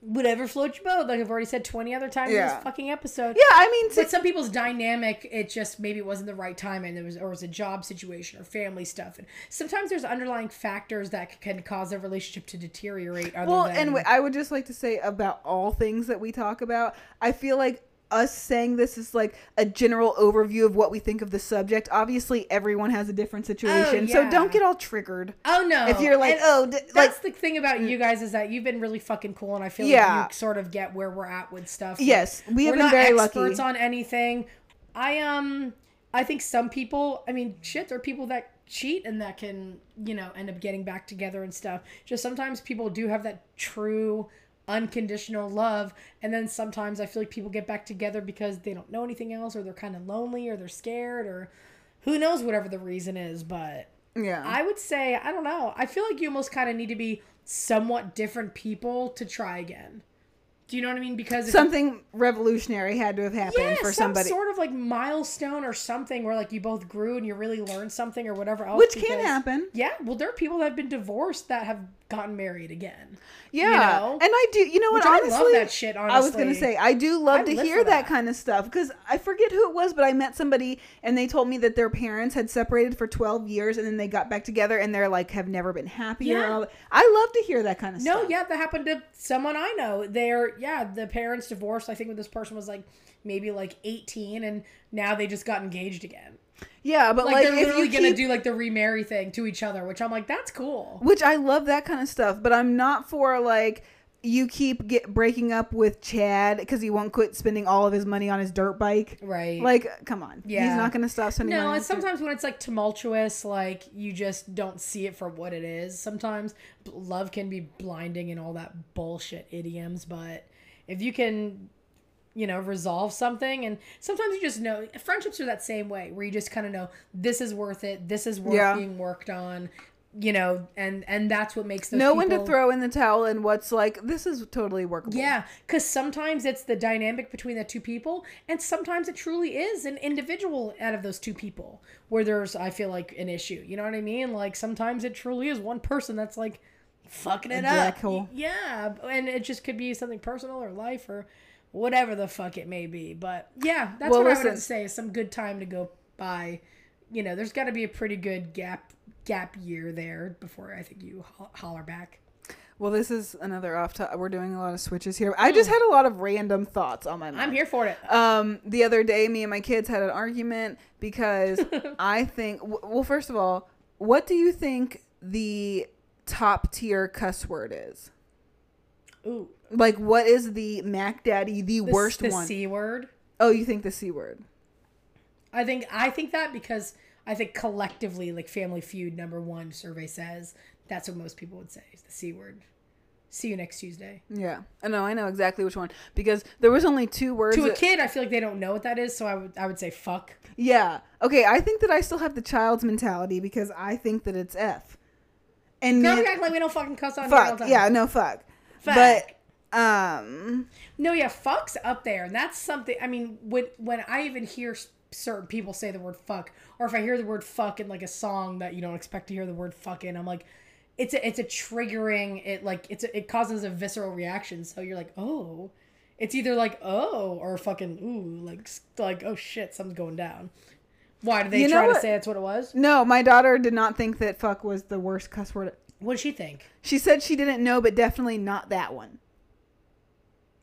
[SPEAKER 2] whatever floats your boat. Like I've already said twenty other times in
[SPEAKER 3] Yeah.
[SPEAKER 2] this fucking episode.
[SPEAKER 3] Yeah, I mean,
[SPEAKER 2] But some people's dynamic, it just maybe it wasn't the right time, and there was or it was a job situation or family stuff, and sometimes there's underlying factors that c- can cause a relationship to deteriorate. Other
[SPEAKER 3] (laughs) well,
[SPEAKER 2] than,
[SPEAKER 3] and wh- I would just like to say about all things that we talk about, I feel like us saying this is like a general overview of what we think of the subject. Obviously, everyone has a different situation, so
[SPEAKER 2] Oh, yeah.
[SPEAKER 3] don't get all triggered.
[SPEAKER 2] oh no,
[SPEAKER 3] If you're like,
[SPEAKER 2] And
[SPEAKER 3] oh, d- like,
[SPEAKER 2] that's the thing about you guys is that you've been really fucking cool, and I feel
[SPEAKER 3] Yeah.
[SPEAKER 2] like you sort of get where we're at with stuff. Like,
[SPEAKER 3] yes, we have
[SPEAKER 2] we're
[SPEAKER 3] been
[SPEAKER 2] not
[SPEAKER 3] very
[SPEAKER 2] experts
[SPEAKER 3] lucky.
[SPEAKER 2] on anything. I um, I think some people. I mean, shit, there are people that cheat and that can you know end up getting back together and stuff. Just sometimes people do have that true unconditional love, and then sometimes I feel like people get back together because they don't know anything else, or they're kind of lonely, or they're scared, or who knows whatever the reason is. But
[SPEAKER 3] yeah,
[SPEAKER 2] I would say I don't know. I feel like you almost kind of need to be somewhat different people to try again. Do you know what I mean? Because if you
[SPEAKER 3] (laughs) something revolutionary had to have happened
[SPEAKER 2] yeah, some
[SPEAKER 3] for somebody,
[SPEAKER 2] sort of like milestone or something where like you both grew and you really learned something or whatever else.
[SPEAKER 3] which can
[SPEAKER 2] because-
[SPEAKER 3] happen.
[SPEAKER 2] Yeah, well, there are people that have been divorced that have gotten married again.
[SPEAKER 3] Yeah,
[SPEAKER 2] know?
[SPEAKER 3] and I do. You know
[SPEAKER 2] Which
[SPEAKER 3] what?
[SPEAKER 2] I
[SPEAKER 3] Honestly,
[SPEAKER 2] love that shit. Honestly,
[SPEAKER 3] I was gonna say I do love
[SPEAKER 2] I
[SPEAKER 3] to
[SPEAKER 2] live
[SPEAKER 3] hear
[SPEAKER 2] for
[SPEAKER 3] that.
[SPEAKER 2] that.
[SPEAKER 3] kind of stuff because I forget who it was, but I met somebody and they told me that their parents had separated for twelve years and then they got back together and they're like have never been happier.
[SPEAKER 2] Yeah.
[SPEAKER 3] and all that. I love to hear that kind of
[SPEAKER 2] No,
[SPEAKER 3] stuff.
[SPEAKER 2] yeah, that happened to someone I know. They're yeah, the parents divorced. I think when this person was like maybe like eighteen, and now they just got engaged again.
[SPEAKER 3] yeah, but
[SPEAKER 2] Like,
[SPEAKER 3] like,
[SPEAKER 2] they're
[SPEAKER 3] if you
[SPEAKER 2] literally gonna
[SPEAKER 3] keep,
[SPEAKER 2] do like the remarry thing to each other, which I'm like, that's cool.
[SPEAKER 3] which I love that kind of stuff, but I'm not for like you keep get breaking up with Chad because he won't quit spending all of his money on his dirt bike.
[SPEAKER 2] Right.
[SPEAKER 3] Like, come on,
[SPEAKER 2] Yeah.
[SPEAKER 3] he's not gonna stop spending. money
[SPEAKER 2] no,
[SPEAKER 3] on
[SPEAKER 2] and
[SPEAKER 3] his dirt-
[SPEAKER 2] sometimes when it's like tumultuous, like you just don't see it for what it is. Sometimes b- love can be blinding and all that bullshit idioms, but if you can you know resolve something and sometimes you just know friendships are that same way where you just kind of know this is worth it this is worth
[SPEAKER 3] Yeah.
[SPEAKER 2] being worked on you know and and that's what makes those
[SPEAKER 3] know when to
[SPEAKER 2] people-
[SPEAKER 3] throw in the towel and what's like this is totally workable.
[SPEAKER 2] yeah because sometimes it's the dynamic between the two people and sometimes it truly is an individual out of those two people where there's i feel like an issue you know what i mean like sometimes it truly is one person that's like fucking it up
[SPEAKER 3] Jackhole.
[SPEAKER 2] yeah and it just could be something personal or life or whatever the fuck it may be but yeah that's
[SPEAKER 3] Well,
[SPEAKER 2] what i
[SPEAKER 3] listen.
[SPEAKER 2] would say is some good time to go by you know there's got to be a pretty good gap gap year there before i think you ho- holler back
[SPEAKER 3] Well, this is another off top. We're doing a lot of switches here. I just had a lot of random thoughts on my mind.
[SPEAKER 2] i'm here for it Uh,
[SPEAKER 3] Um, the other day, me and my kids had an argument
[SPEAKER 2] (laughs)
[SPEAKER 3] because I think, w- well, first of all, what do you think the top tier cuss word is?
[SPEAKER 2] ooh
[SPEAKER 3] Like, what is the Mac Daddy, the,
[SPEAKER 2] The-
[SPEAKER 3] worst
[SPEAKER 2] the
[SPEAKER 3] one?
[SPEAKER 2] C word.
[SPEAKER 3] oh, you think the C word?
[SPEAKER 2] I think I think that because I think collectively, like Family Feud number one survey says, that's what most people would say is the C word. See you next Tuesday.
[SPEAKER 3] Yeah. I know, I know exactly which one because there was only two words.
[SPEAKER 2] To a
[SPEAKER 3] that-
[SPEAKER 2] kid, I feel like they don't know what that is, so I would I would say fuck.
[SPEAKER 3] Yeah. Okay, I think that I still have the child's mentality because I think that it's F. And
[SPEAKER 2] No,
[SPEAKER 3] then-
[SPEAKER 2] we act like we don't fucking cuss on here all
[SPEAKER 3] fuck.
[SPEAKER 2] the time.
[SPEAKER 3] Yeah, no fuck.
[SPEAKER 2] Fuck.
[SPEAKER 3] But um
[SPEAKER 2] No, yeah, fuck's up there, and that's something. I mean, when when I even hear s- certain people say the word fuck, or if I hear the word fuck in like a song that you don't expect to hear the word fuck in, I'm like, it's a it's a triggering. It like it's a, it causes a visceral reaction. So you're like, oh, it's either like oh or fucking ooh, like s- like oh shit, something's going down. Why did they
[SPEAKER 3] You know
[SPEAKER 2] try to
[SPEAKER 3] what-
[SPEAKER 2] say that's what it was?
[SPEAKER 3] no, my daughter did not think that fuck was the worst cuss word.
[SPEAKER 2] What did she think?
[SPEAKER 3] She said she didn't know, but definitely not that one.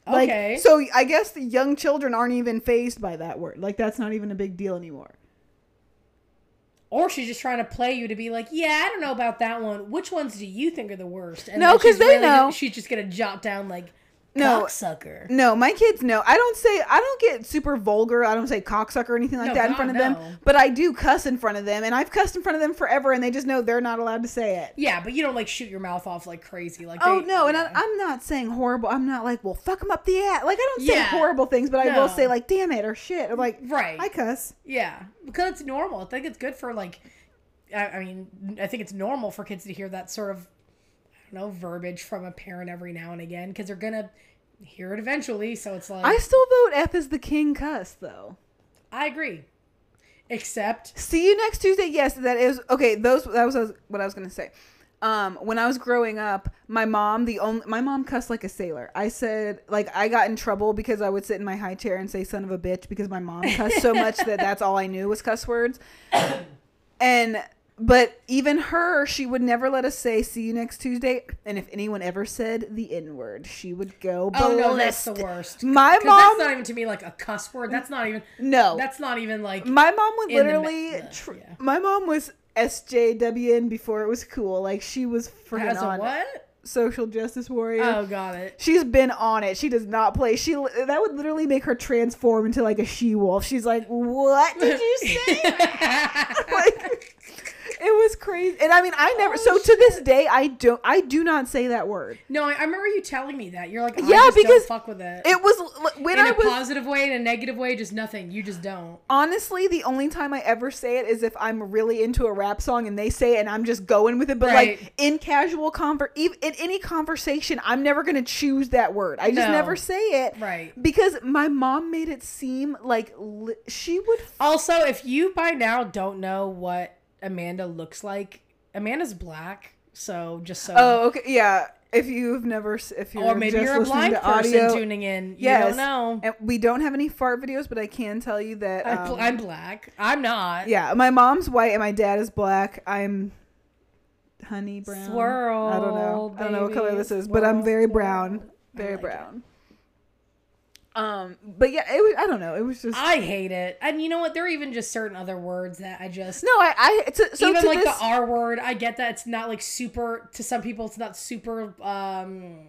[SPEAKER 3] Like,
[SPEAKER 2] Okay,
[SPEAKER 3] So I guess the young children aren't even phased by that word. Like that's not even a big deal anymore.
[SPEAKER 2] or she's just trying to play you to be like, yeah, I don't know about that one. Which ones do you think are the worst? And
[SPEAKER 3] No,
[SPEAKER 2] then
[SPEAKER 3] 'cause
[SPEAKER 2] she's
[SPEAKER 3] they know.
[SPEAKER 2] Just, she's just gonna jot down like
[SPEAKER 3] No.
[SPEAKER 2] cocksucker.
[SPEAKER 3] No, my kids know. I don't say I don't get super vulgar. I don't say cocksucker or anything like
[SPEAKER 2] No,
[SPEAKER 3] that in
[SPEAKER 2] God,
[SPEAKER 3] front of
[SPEAKER 2] no.
[SPEAKER 3] them. But I do cuss in front of them, and I've cussed in front of them forever, and they just know they're not allowed to say it.
[SPEAKER 2] Yeah, but you don't like shoot your mouth off like crazy. Like
[SPEAKER 3] Oh
[SPEAKER 2] they-
[SPEAKER 3] no, and
[SPEAKER 2] yeah.
[SPEAKER 3] I, I'm not saying horrible. I'm not like, well, fuck them up the ass. Like I don't say
[SPEAKER 2] Yeah.
[SPEAKER 3] horrible things, but I will
[SPEAKER 2] No.
[SPEAKER 3] say like, damn it or shit or like,
[SPEAKER 2] Right.
[SPEAKER 3] I cuss.
[SPEAKER 2] yeah, because it's normal. I think it's good for like, I, I mean, I think it's normal for kids to hear that sort of, I don't know, verbiage from a parent every now and again because they're gonna hear it eventually. So it's like
[SPEAKER 3] I still vote F is the king cuss though.
[SPEAKER 2] I agree, except
[SPEAKER 3] See you next Tuesday. Yes, that is okay. Those that was what I was gonna say. Um, when I was growing up, my mom the only my mom cussed like a sailor. I said like I got in trouble because I would sit in my high chair and say "son of a bitch" because my mom cussed so much
[SPEAKER 2] (laughs)
[SPEAKER 3] that that's all I knew was cuss words. And but even her, she would never let us say "see you next Tuesday." And if anyone ever said the N word, she would go
[SPEAKER 2] oh
[SPEAKER 3] ballistic.
[SPEAKER 2] no, that's the worst.
[SPEAKER 3] My
[SPEAKER 2] 'Cause
[SPEAKER 3] mom,
[SPEAKER 2] that's not even to me like a cuss word. That's not even.
[SPEAKER 3] no,
[SPEAKER 2] That's not even like.
[SPEAKER 3] my mom would
[SPEAKER 2] in the me-
[SPEAKER 3] literally.
[SPEAKER 2] the-
[SPEAKER 3] tr-
[SPEAKER 2] yeah.
[SPEAKER 3] My mom was SJWN before it was cool. Like she was freaking
[SPEAKER 2] As a
[SPEAKER 3] on it. (laughs)
[SPEAKER 2] what?
[SPEAKER 3] social justice warrior.
[SPEAKER 2] Oh, got it.
[SPEAKER 3] She's been on it. She does not play. She li- that would literally make her transform into like a she wolf. She's like, what did
[SPEAKER 2] (laughs)
[SPEAKER 3] you say? (laughs) like, it was crazy. And I mean, I never.
[SPEAKER 2] Oh,
[SPEAKER 3] so to this day, I don't. I do not say that word.
[SPEAKER 2] no, I, I remember you telling me that. You're like, I
[SPEAKER 3] Yeah,
[SPEAKER 2] just
[SPEAKER 3] because
[SPEAKER 2] don't fuck with it.
[SPEAKER 3] It was l- when
[SPEAKER 2] in
[SPEAKER 3] I
[SPEAKER 2] a
[SPEAKER 3] was
[SPEAKER 2] positive way, in a negative way, just nothing. You just don't.
[SPEAKER 3] honestly the only time i ever say it is if i'm really into a rap song and they say it and i'm just going with it but
[SPEAKER 2] Right.
[SPEAKER 3] like in casual conver ev- in any conversation i'm never going to choose that word i just
[SPEAKER 2] No.
[SPEAKER 3] never say it
[SPEAKER 2] Right.
[SPEAKER 3] because my mom made it seem like li- she would
[SPEAKER 2] Also, if you by now don't know what Amanda looks like, Amanda's black. So just so.
[SPEAKER 3] Oh, okay. Yeah. If you've never, s- if you're
[SPEAKER 2] or maybe
[SPEAKER 3] just
[SPEAKER 2] you're a
[SPEAKER 3] listening
[SPEAKER 2] blind
[SPEAKER 3] to
[SPEAKER 2] person
[SPEAKER 3] audio,
[SPEAKER 2] tuning in. You
[SPEAKER 3] yes.
[SPEAKER 2] don't know.
[SPEAKER 3] And we don't have any fart videos, but I can tell you that.
[SPEAKER 2] I'm, bl-
[SPEAKER 3] um,
[SPEAKER 2] I'm black. I'm not.
[SPEAKER 3] yeah, my mom's white and my dad is black. I'm honey brown.
[SPEAKER 2] Swirl,
[SPEAKER 3] I don't know. I don't know what color
[SPEAKER 2] baby,
[SPEAKER 3] this is, but I'm very
[SPEAKER 2] swirl,
[SPEAKER 3] brown.
[SPEAKER 2] swirl. I
[SPEAKER 3] Very
[SPEAKER 2] like it.
[SPEAKER 3] brown. Um, but yeah, it was. I don't know. It was just
[SPEAKER 2] I hate it. And you know what? There are even just certain other words that I just.
[SPEAKER 3] no. I. I to, so
[SPEAKER 2] even
[SPEAKER 3] to
[SPEAKER 2] like
[SPEAKER 3] this,
[SPEAKER 2] the R word, I get that it's not like super. To some people, it's not super. um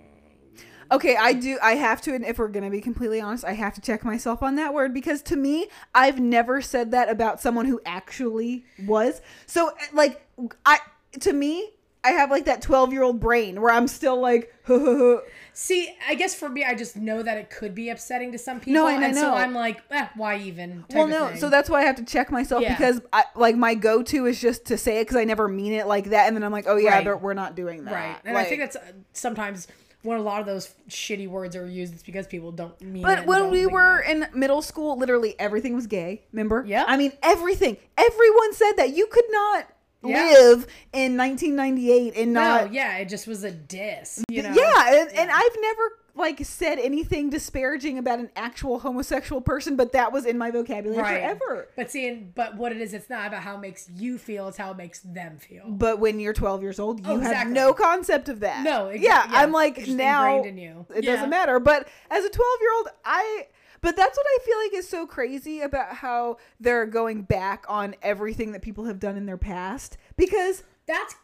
[SPEAKER 3] Okay, I do. I have to, and if we're gonna be completely honest, I have to check myself on that word because to me, I've never said that about someone who actually was. So, eh, like, I to me, I have like that twelve-year-old brain where I'm still like, (laughs)
[SPEAKER 2] See, I guess for me, I just know that it could be upsetting to some people,
[SPEAKER 3] No, and
[SPEAKER 2] and,
[SPEAKER 3] I
[SPEAKER 2] so
[SPEAKER 3] know.
[SPEAKER 2] I'm like, eh, why even? type
[SPEAKER 3] well,
[SPEAKER 2] of
[SPEAKER 3] no.
[SPEAKER 2] thing.
[SPEAKER 3] So that's why I have to check myself
[SPEAKER 2] Yeah.
[SPEAKER 3] because, I, like, my go-to is just to say it because I never mean it like that, and then I'm like, oh yeah,
[SPEAKER 2] Right.
[SPEAKER 3] they're- we're not doing that.
[SPEAKER 2] right, and I think
[SPEAKER 3] Like-
[SPEAKER 2] that's uh, sometimes when a lot of those shitty words are used, it's because people don't mean. it
[SPEAKER 3] But
[SPEAKER 2] and
[SPEAKER 3] when
[SPEAKER 2] don't
[SPEAKER 3] we
[SPEAKER 2] think
[SPEAKER 3] were
[SPEAKER 2] about
[SPEAKER 3] in middle school, literally everything was gay. Remember?
[SPEAKER 2] Yeah.
[SPEAKER 3] I mean, everything. Everyone said that you could not
[SPEAKER 2] Yeah.
[SPEAKER 3] live in 1998 and
[SPEAKER 2] it.
[SPEAKER 3] not.
[SPEAKER 2] no, yeah, it just was a diss. You know?
[SPEAKER 3] yeah, and, and I've never like said anything disparaging about an actual homosexual person, but that was in my vocabulary
[SPEAKER 2] Right.
[SPEAKER 3] forever.
[SPEAKER 2] But seeing, but what it is, it's not about how it makes you feel; it's how it makes them feel.
[SPEAKER 3] But when you're 12 years old, you
[SPEAKER 2] Oh,
[SPEAKER 3] have
[SPEAKER 2] exactly.
[SPEAKER 3] no concept of that.
[SPEAKER 2] No, exa-
[SPEAKER 3] yeah,
[SPEAKER 2] yeah,
[SPEAKER 3] I'm like
[SPEAKER 2] it's just
[SPEAKER 3] now
[SPEAKER 2] ingrained in you.
[SPEAKER 3] it
[SPEAKER 2] Yeah.
[SPEAKER 3] doesn't matter. But as a 12 year old, I. But that's what I feel like is so crazy about how they're going back on everything that people have done in their past because
[SPEAKER 2] That's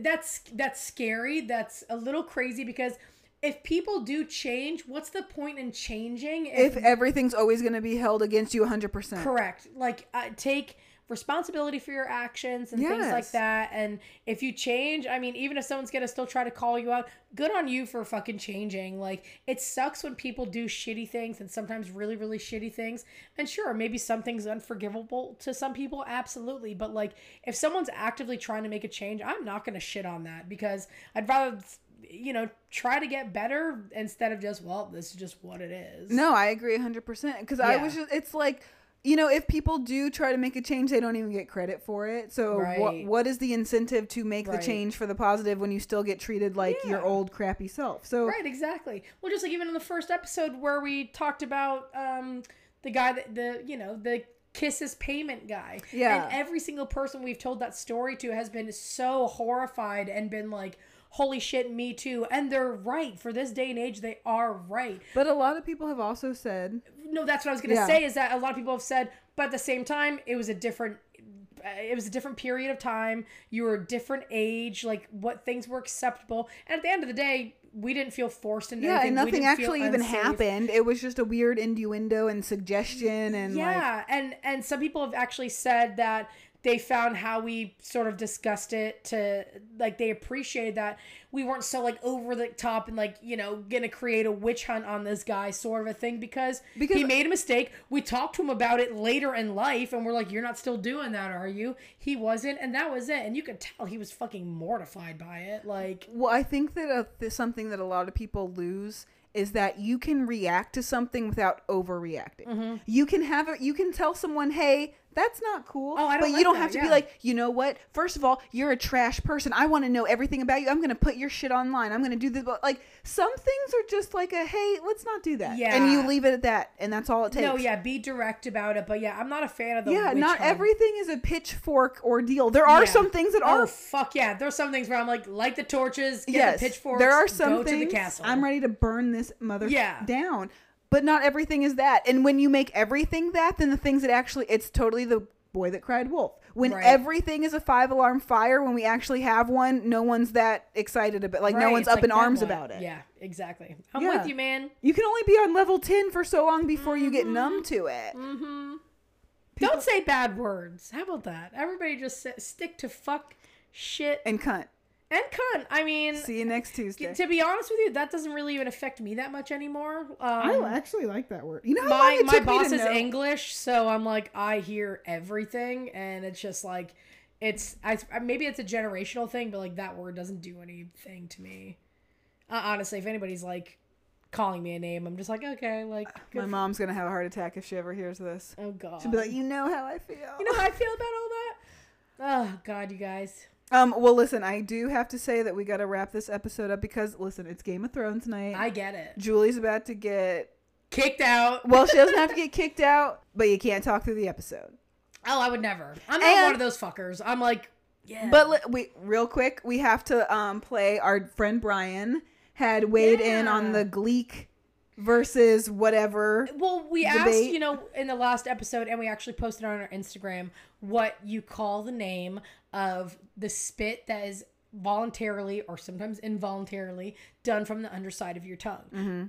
[SPEAKER 2] that's that's scary. That's a little crazy because if people do change, what's the point in changing
[SPEAKER 3] if everything's always going to be held against you 100%.
[SPEAKER 2] Correct. Like uh, take responsibility for your actions and things like
[SPEAKER 3] Yes.
[SPEAKER 2] that. And if you change, I mean, even if someone's gonna still try to call you out, good on you for fucking changing. Like it sucks when people do shitty things and sometimes really, really shitty things. And sure, maybe something's unforgivable to some people, absolutely. But like if someone's actively trying to make a change, I'm not gonna shit on that because I'd rather you know try to get better instead of just well this is just what it is
[SPEAKER 3] No, I agree 100% because I
[SPEAKER 2] Yeah.
[SPEAKER 3] was just, it's like, you know, if people do try to make a change, they don't even get credit for it. So what
[SPEAKER 2] Right.
[SPEAKER 3] what is the incentive to make
[SPEAKER 2] Right.
[SPEAKER 3] the change for the positive when you still get treated like your
[SPEAKER 2] Yeah.
[SPEAKER 3] old crappy self? So
[SPEAKER 2] Right, exactly. Well, just like even in the first episode where we talked about um, the guy that the you know the kisses payment guy.
[SPEAKER 3] Yeah.
[SPEAKER 2] And every single person we've told that story to has been so horrified and been like, "Holy shit, me too." And they're right for this day and age. They are right.
[SPEAKER 3] But a lot of people have also said,
[SPEAKER 2] No, that's what I was gonna
[SPEAKER 3] Yeah.
[SPEAKER 2] say. Is that a lot of people have said, but at the same time, it was a different. uh, It was a different period of time. You were a different age. Like what things were acceptable. And at the end of the day. We didn't feel forced into
[SPEAKER 3] yeah,
[SPEAKER 2] anything. We
[SPEAKER 3] and nothing
[SPEAKER 2] didn't feel
[SPEAKER 3] actually even
[SPEAKER 2] unsafe.
[SPEAKER 3] happened. It was just a weird innuendo and suggestion and like
[SPEAKER 2] yeah and and some people have actually said that they found how we sort of discussed it to like they appreciated that we weren't so like over the top and like you know gonna create a witch hunt on this guy sort of a thing because,
[SPEAKER 3] Because-
[SPEAKER 2] he made a mistake we talked to him about it later in life and we're like you're not still doing that are you he wasn't and that was it and you could tell he was fucking mortified by it like
[SPEAKER 3] well, I think that a, th- something that a lot of people lose is that you can react to something without overreacting.
[SPEAKER 2] Mm-hmm.
[SPEAKER 3] You can have a, you can tell someone, "Hey, that's not cool."
[SPEAKER 2] Oh, I don't
[SPEAKER 3] but
[SPEAKER 2] like
[SPEAKER 3] you don't
[SPEAKER 2] that,
[SPEAKER 3] have to be
[SPEAKER 2] yeah.
[SPEAKER 3] like, "You know what? First of all, you're a trash person. I want to know everything about you. I'm going to put your shit online. I'm going to do this." But like some things are just like a, "Hey, let's not do that." And
[SPEAKER 2] Yeah.
[SPEAKER 3] you leave it at that, and that's all it takes.
[SPEAKER 2] no yeah be direct about it but yeah i'm not a fan of the
[SPEAKER 3] yeah
[SPEAKER 2] witch
[SPEAKER 3] not
[SPEAKER 2] hunt.
[SPEAKER 3] everything is a pitchfork ordeal there are
[SPEAKER 2] Yeah.
[SPEAKER 3] some things that
[SPEAKER 2] Oh
[SPEAKER 3] are
[SPEAKER 2] fuck yeah! There's some things where I'm like, light the torches, get
[SPEAKER 3] yes
[SPEAKER 2] the pitchforks,
[SPEAKER 3] there are some
[SPEAKER 2] go
[SPEAKER 3] things
[SPEAKER 2] to the castle.
[SPEAKER 3] i'm ready to burn this mother
[SPEAKER 2] Yeah.
[SPEAKER 3] down but not everything is that and when you make everything that then the things that actually it's totally the boy that cried wolf when
[SPEAKER 2] Right.
[SPEAKER 3] everything is a five alarm fire when we actually have one no one's that excited about like no
[SPEAKER 2] Right,
[SPEAKER 3] one's
[SPEAKER 2] it's
[SPEAKER 3] up
[SPEAKER 2] like
[SPEAKER 3] in
[SPEAKER 2] that
[SPEAKER 3] arms
[SPEAKER 2] one.
[SPEAKER 3] about it
[SPEAKER 2] Yeah, exactly. I'm
[SPEAKER 3] Yeah.
[SPEAKER 2] with you, man.
[SPEAKER 3] you can only be on level 10 for so long before you
[SPEAKER 2] Mm-hmm.
[SPEAKER 3] get numb to it
[SPEAKER 2] Don't say bad words. How about that? Everybody just sa- stick to fuck, shit, and,
[SPEAKER 3] and cunt
[SPEAKER 2] cunt. I mean,
[SPEAKER 3] see you next tuesday
[SPEAKER 2] to be honest with you, that doesn't really even affect me that much anymore. Um,
[SPEAKER 3] actually like that word you know how long
[SPEAKER 2] my
[SPEAKER 3] it
[SPEAKER 2] my
[SPEAKER 3] took me to
[SPEAKER 2] boss is
[SPEAKER 3] know-
[SPEAKER 2] English, so I'm like I hear everything, and it's just like it's I maybe it's a generational thing, but like that word doesn't do anything to me. Uh, honestly, if anybody's like calling me a name, I'm just like okay, like good
[SPEAKER 3] Uh, My
[SPEAKER 2] f-
[SPEAKER 3] mom's gonna have a heart attack if she ever hears this.
[SPEAKER 2] oh god,
[SPEAKER 3] She'll be like, "You know how I feel."
[SPEAKER 2] you know how I feel about all that. Oh god, you guys,
[SPEAKER 3] Um, well, listen, I do have to say that we got to wrap this episode up because, listen, it's Game of Thrones night.
[SPEAKER 2] I get it.
[SPEAKER 3] Julie's about to get.
[SPEAKER 2] Kicked out.
[SPEAKER 3] Well, she doesn't have to get kicked out, but you can't talk through the episode.
[SPEAKER 2] Oh, I would never. I'm not
[SPEAKER 3] And-
[SPEAKER 2] one of those fuckers. I'm like, yeah.
[SPEAKER 3] But li- we real quick, we have to um play our friend Brian had weighed in on
[SPEAKER 2] Yeah.
[SPEAKER 3] the Gleek versus whatever.
[SPEAKER 2] well, we asked,
[SPEAKER 3] debate.
[SPEAKER 2] you know, in the last episode, and we actually posted on our Instagram what you call the name of the spit that is voluntarily or sometimes involuntarily done from the underside of your tongue.
[SPEAKER 3] Mm-hmm.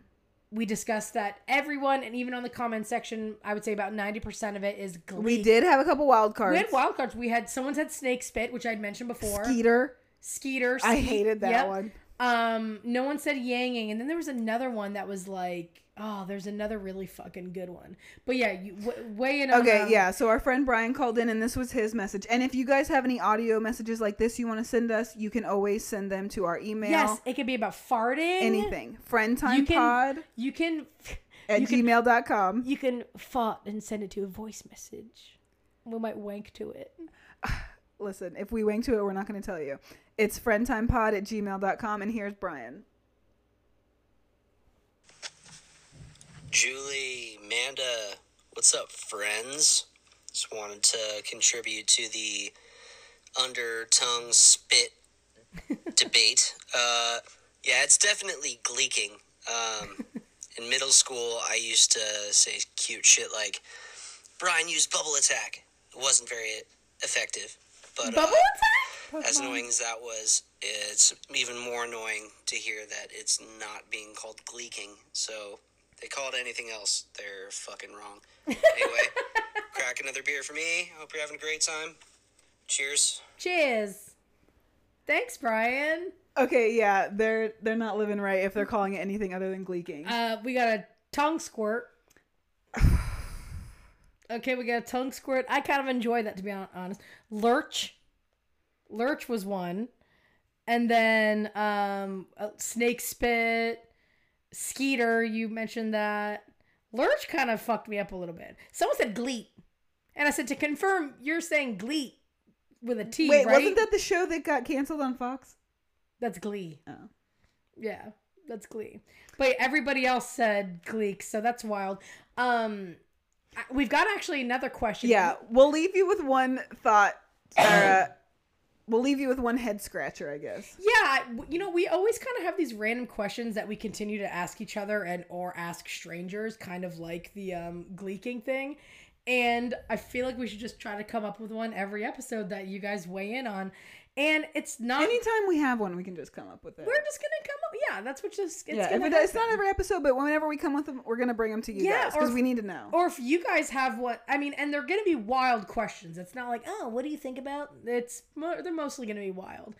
[SPEAKER 2] We discussed that everyone, and even on the comment section, I would say about 90% of it is glee.
[SPEAKER 3] We did have a couple wild
[SPEAKER 2] We
[SPEAKER 3] cards.
[SPEAKER 2] had wild cards. We had someone said snake spit, which I'd mentioned before.
[SPEAKER 3] Skeeter.
[SPEAKER 2] Skeeter.
[SPEAKER 3] I
[SPEAKER 2] skeet-
[SPEAKER 3] hated that
[SPEAKER 2] yep.
[SPEAKER 3] one.
[SPEAKER 2] Um, no one said yanging, and then there was another one that was like, oh, there's another really fucking good one. But yeah, you w- weigh in. On
[SPEAKER 3] Okay,
[SPEAKER 2] um,
[SPEAKER 3] yeah. So our friend Brian called in, and this was his message. And if you guys have any audio messages like this you want to send us, you can always send them to our email.
[SPEAKER 2] Yes, it could be about farting.
[SPEAKER 3] Anything.
[SPEAKER 2] You
[SPEAKER 3] Friendtimepod
[SPEAKER 2] can.
[SPEAKER 3] pod
[SPEAKER 2] You can.
[SPEAKER 3] at
[SPEAKER 2] you can-
[SPEAKER 3] gmail.com.
[SPEAKER 2] You can fart and send it to a voice message. We might wank to it.
[SPEAKER 3] Listen, if we wing to it, we're not going to tell you. It's friendtimepod at gmail.com. And here's Brian.
[SPEAKER 5] Julie, Amanda, what's up, friends? Just wanted to contribute to the under tongue spit debate. Uh, yeah, it's definitely gleeking. Um, in middle school, I used to say cute shit like, Brian used bubble attack. It wasn't very effective. But, uh, bubble attack? As annoying as that was, it's even more annoying to hear that it's not being called gleeking. So they call it anything else, they're fucking wrong. Anyway, crack another beer for me. Hope you're having a great time. Cheers.
[SPEAKER 2] Cheers. Thanks, Brian.
[SPEAKER 3] Okay, yeah, they're they're not living right if they're calling it anything other than gleeking.
[SPEAKER 2] Uh, we got a tongue squirt. okay, we got a tongue squirt. I kind of enjoy that to be hon- honest. Lurch, lurch was one, and then um, uh, snake spit, skeeter. You mentioned that lurch kind of fucked me up a little bit. Someone said gleet, and I said to confirm, you're saying gleet with a T,
[SPEAKER 3] Wait,
[SPEAKER 2] right?
[SPEAKER 3] wasn't that the show that got canceled on Fox?
[SPEAKER 2] That's Glee.
[SPEAKER 3] Oh.
[SPEAKER 2] Yeah, that's Glee. But everybody else said Gleek, so that's wild. Um, I- we've got actually another question.
[SPEAKER 3] Yeah, we'll leave you with one thought. Sarah. we'll leave you with one head scratcher, I guess.
[SPEAKER 2] Yeah, I- w- you know, we always kind of have these random questions that we continue to ask each other and or ask strangers, kind of like the um gleeking thing. And I feel like we should just try to come up with one every episode that you guys weigh in on. And it's not
[SPEAKER 3] Anytime we have one, we can just come up with it.
[SPEAKER 2] we're just gonna come up. Yeah, that's what just it's
[SPEAKER 3] yeah,
[SPEAKER 2] gonna
[SPEAKER 3] if it, it's
[SPEAKER 2] happen.
[SPEAKER 3] not every episode, but whenever we come with them, we're gonna bring them to you
[SPEAKER 2] Yeah,
[SPEAKER 3] guys
[SPEAKER 2] or
[SPEAKER 3] because
[SPEAKER 2] if-
[SPEAKER 3] we need to know.
[SPEAKER 2] or if you guys have what I mean, and they're going to be wild questions. It's not like, oh, what do you think about? It's mo- they're mostly going to be wild.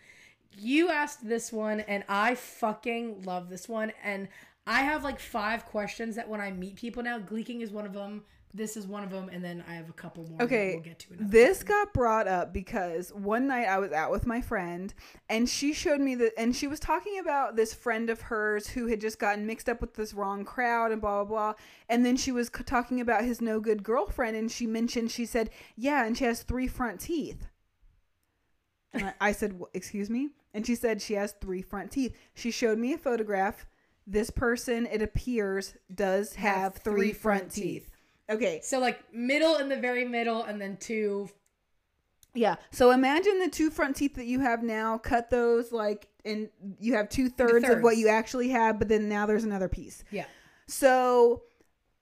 [SPEAKER 2] You asked this one, and I fucking love this one. And I have like five questions that when I meet people now, gleeking is one of them. This is one of them, and then I have a couple more. that
[SPEAKER 3] Okay,
[SPEAKER 2] we'll get to another.
[SPEAKER 3] this got brought up because one night I was out with my friend and she showed me that, and she was talking about this friend of hers who had just gotten mixed up with this wrong crowd and blah, blah, blah. And then she was c- talking about his no good girlfriend and she mentioned, she said, yeah, and she has three front teeth. And I, I said, "Wh- excuse me? And she said, she has three front teeth. She showed me a photograph. This person, it appears, does have, three, front, teeth. Okay,
[SPEAKER 2] So like middle and the very middle, and then two.
[SPEAKER 3] Yeah. So imagine the two front teeth that you have now. Cut those like, and you have two thirds of what
[SPEAKER 2] thirds.
[SPEAKER 3] you actually have, but then now there's another piece.
[SPEAKER 2] Yeah.
[SPEAKER 3] So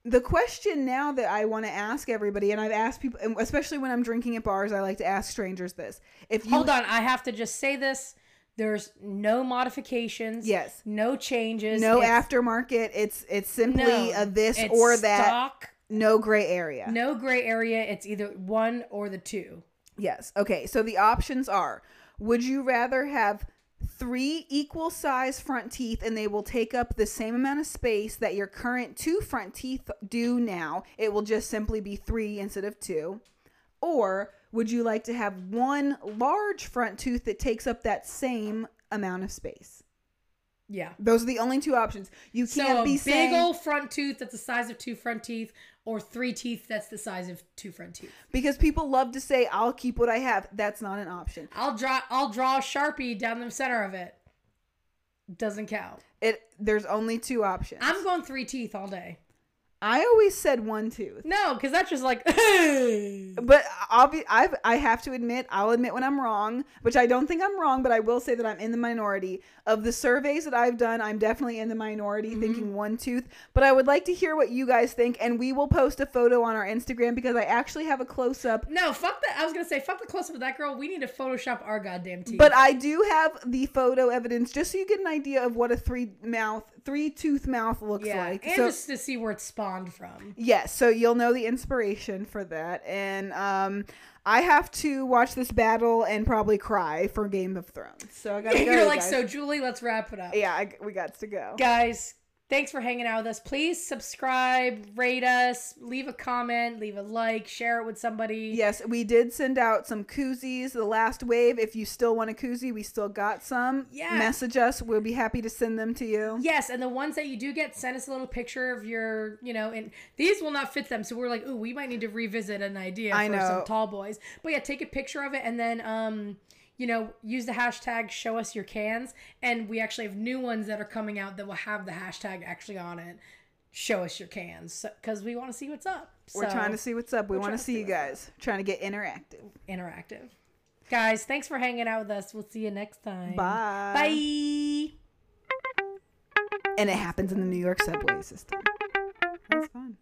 [SPEAKER 3] the question now that I want to ask everybody, and I've asked people, and especially when I'm drinking at bars, I like to ask strangers this: If you
[SPEAKER 2] Hold on, I have to just say this. There's no modifications.
[SPEAKER 3] Yes.
[SPEAKER 2] No changes.
[SPEAKER 3] no
[SPEAKER 2] It's-
[SPEAKER 3] aftermarket, it's it's simply
[SPEAKER 2] No,
[SPEAKER 3] a this
[SPEAKER 2] it's
[SPEAKER 3] or that,
[SPEAKER 2] Stock,
[SPEAKER 3] no gray area.
[SPEAKER 2] no gray area. It's either one or the two.
[SPEAKER 3] Yes. Okay. So the options are would you rather have three equal size front teeth and they will take up the same amount of space that your current two front teeth do now? It will just simply be three instead of two. Or would you like to have one large front tooth that takes up that same amount of space?
[SPEAKER 2] Yeah.
[SPEAKER 3] Those are the only two options. You
[SPEAKER 2] So
[SPEAKER 3] can't
[SPEAKER 2] a
[SPEAKER 3] be
[SPEAKER 2] big
[SPEAKER 3] saying
[SPEAKER 2] old front tooth that's the size of two front teeth, or three teeth that's the size of two front teeth.
[SPEAKER 3] because people love to say I'll keep what I have. That's not an option.
[SPEAKER 2] I'll draw. I'll draw a sharpie down the center of it. Doesn't count.
[SPEAKER 3] It there's only two options.
[SPEAKER 2] I'm going three teeth all day.
[SPEAKER 3] I always said one tooth.
[SPEAKER 2] No, because that's just like. (laughs)
[SPEAKER 3] But I'll be, I've, I have to admit, I'll admit when I'm wrong, which I don't think I'm wrong, but I will say that I'm in the minority. Of the surveys that I've done, I'm definitely in the minority
[SPEAKER 2] Mm-hmm.
[SPEAKER 3] thinking one tooth. But I would like to hear what you guys think, and we will post a photo on our Instagram because I actually have a close up.
[SPEAKER 2] No, fuck that. I was gonna say fuck the close up of that girl. We need to Photoshop our goddamn teeth.
[SPEAKER 3] But I do have the photo evidence just so you get an idea of what a three mouth, three tooth mouth looks
[SPEAKER 2] yeah,
[SPEAKER 3] like.
[SPEAKER 2] and
[SPEAKER 3] so,
[SPEAKER 2] just to see where it spawned
[SPEAKER 3] (laughs)
[SPEAKER 2] from.
[SPEAKER 3] Yes, so you'll know the inspiration for that. And um, I have to watch this battle and probably cry for Game of Thrones. So I gotta go.
[SPEAKER 2] (laughs) You're like,
[SPEAKER 3] guys.
[SPEAKER 2] so Julie, let's wrap it up.
[SPEAKER 3] Yeah, I, we got to go.
[SPEAKER 2] Guys, thanks for hanging out with us. Please subscribe, rate us, leave a comment, leave a like, share it with somebody.
[SPEAKER 3] Yes, we did send out some koozies, the last wave. If you still want a koozie, we still got some.
[SPEAKER 2] Yeah.
[SPEAKER 3] Message us. We'll be happy to send them to you.
[SPEAKER 2] Yes, and the ones that you do get, send us a little picture of your, you know, and these will not fit them. So we're like, ooh, we might need to revisit an idea
[SPEAKER 3] I
[SPEAKER 2] for
[SPEAKER 3] know.
[SPEAKER 2] some tall boys. But yeah, take a picture of it and then, um, you know, use the hashtag show us your cans. And we actually have new ones that are coming out that will have the hashtag actually on it. Show us your cans because we want to see what's up.
[SPEAKER 3] We're
[SPEAKER 2] So,
[SPEAKER 3] trying to see what's up. We
[SPEAKER 2] we're
[SPEAKER 3] want to
[SPEAKER 2] trying to
[SPEAKER 3] see
[SPEAKER 2] see
[SPEAKER 3] you
[SPEAKER 2] what's
[SPEAKER 3] guys. Trying to get interactive.
[SPEAKER 2] interactive. Guys, thanks for hanging out with us. We'll see you next time.
[SPEAKER 3] Bye.
[SPEAKER 2] Bye.
[SPEAKER 3] And it happens in the New York subway system. That's fun.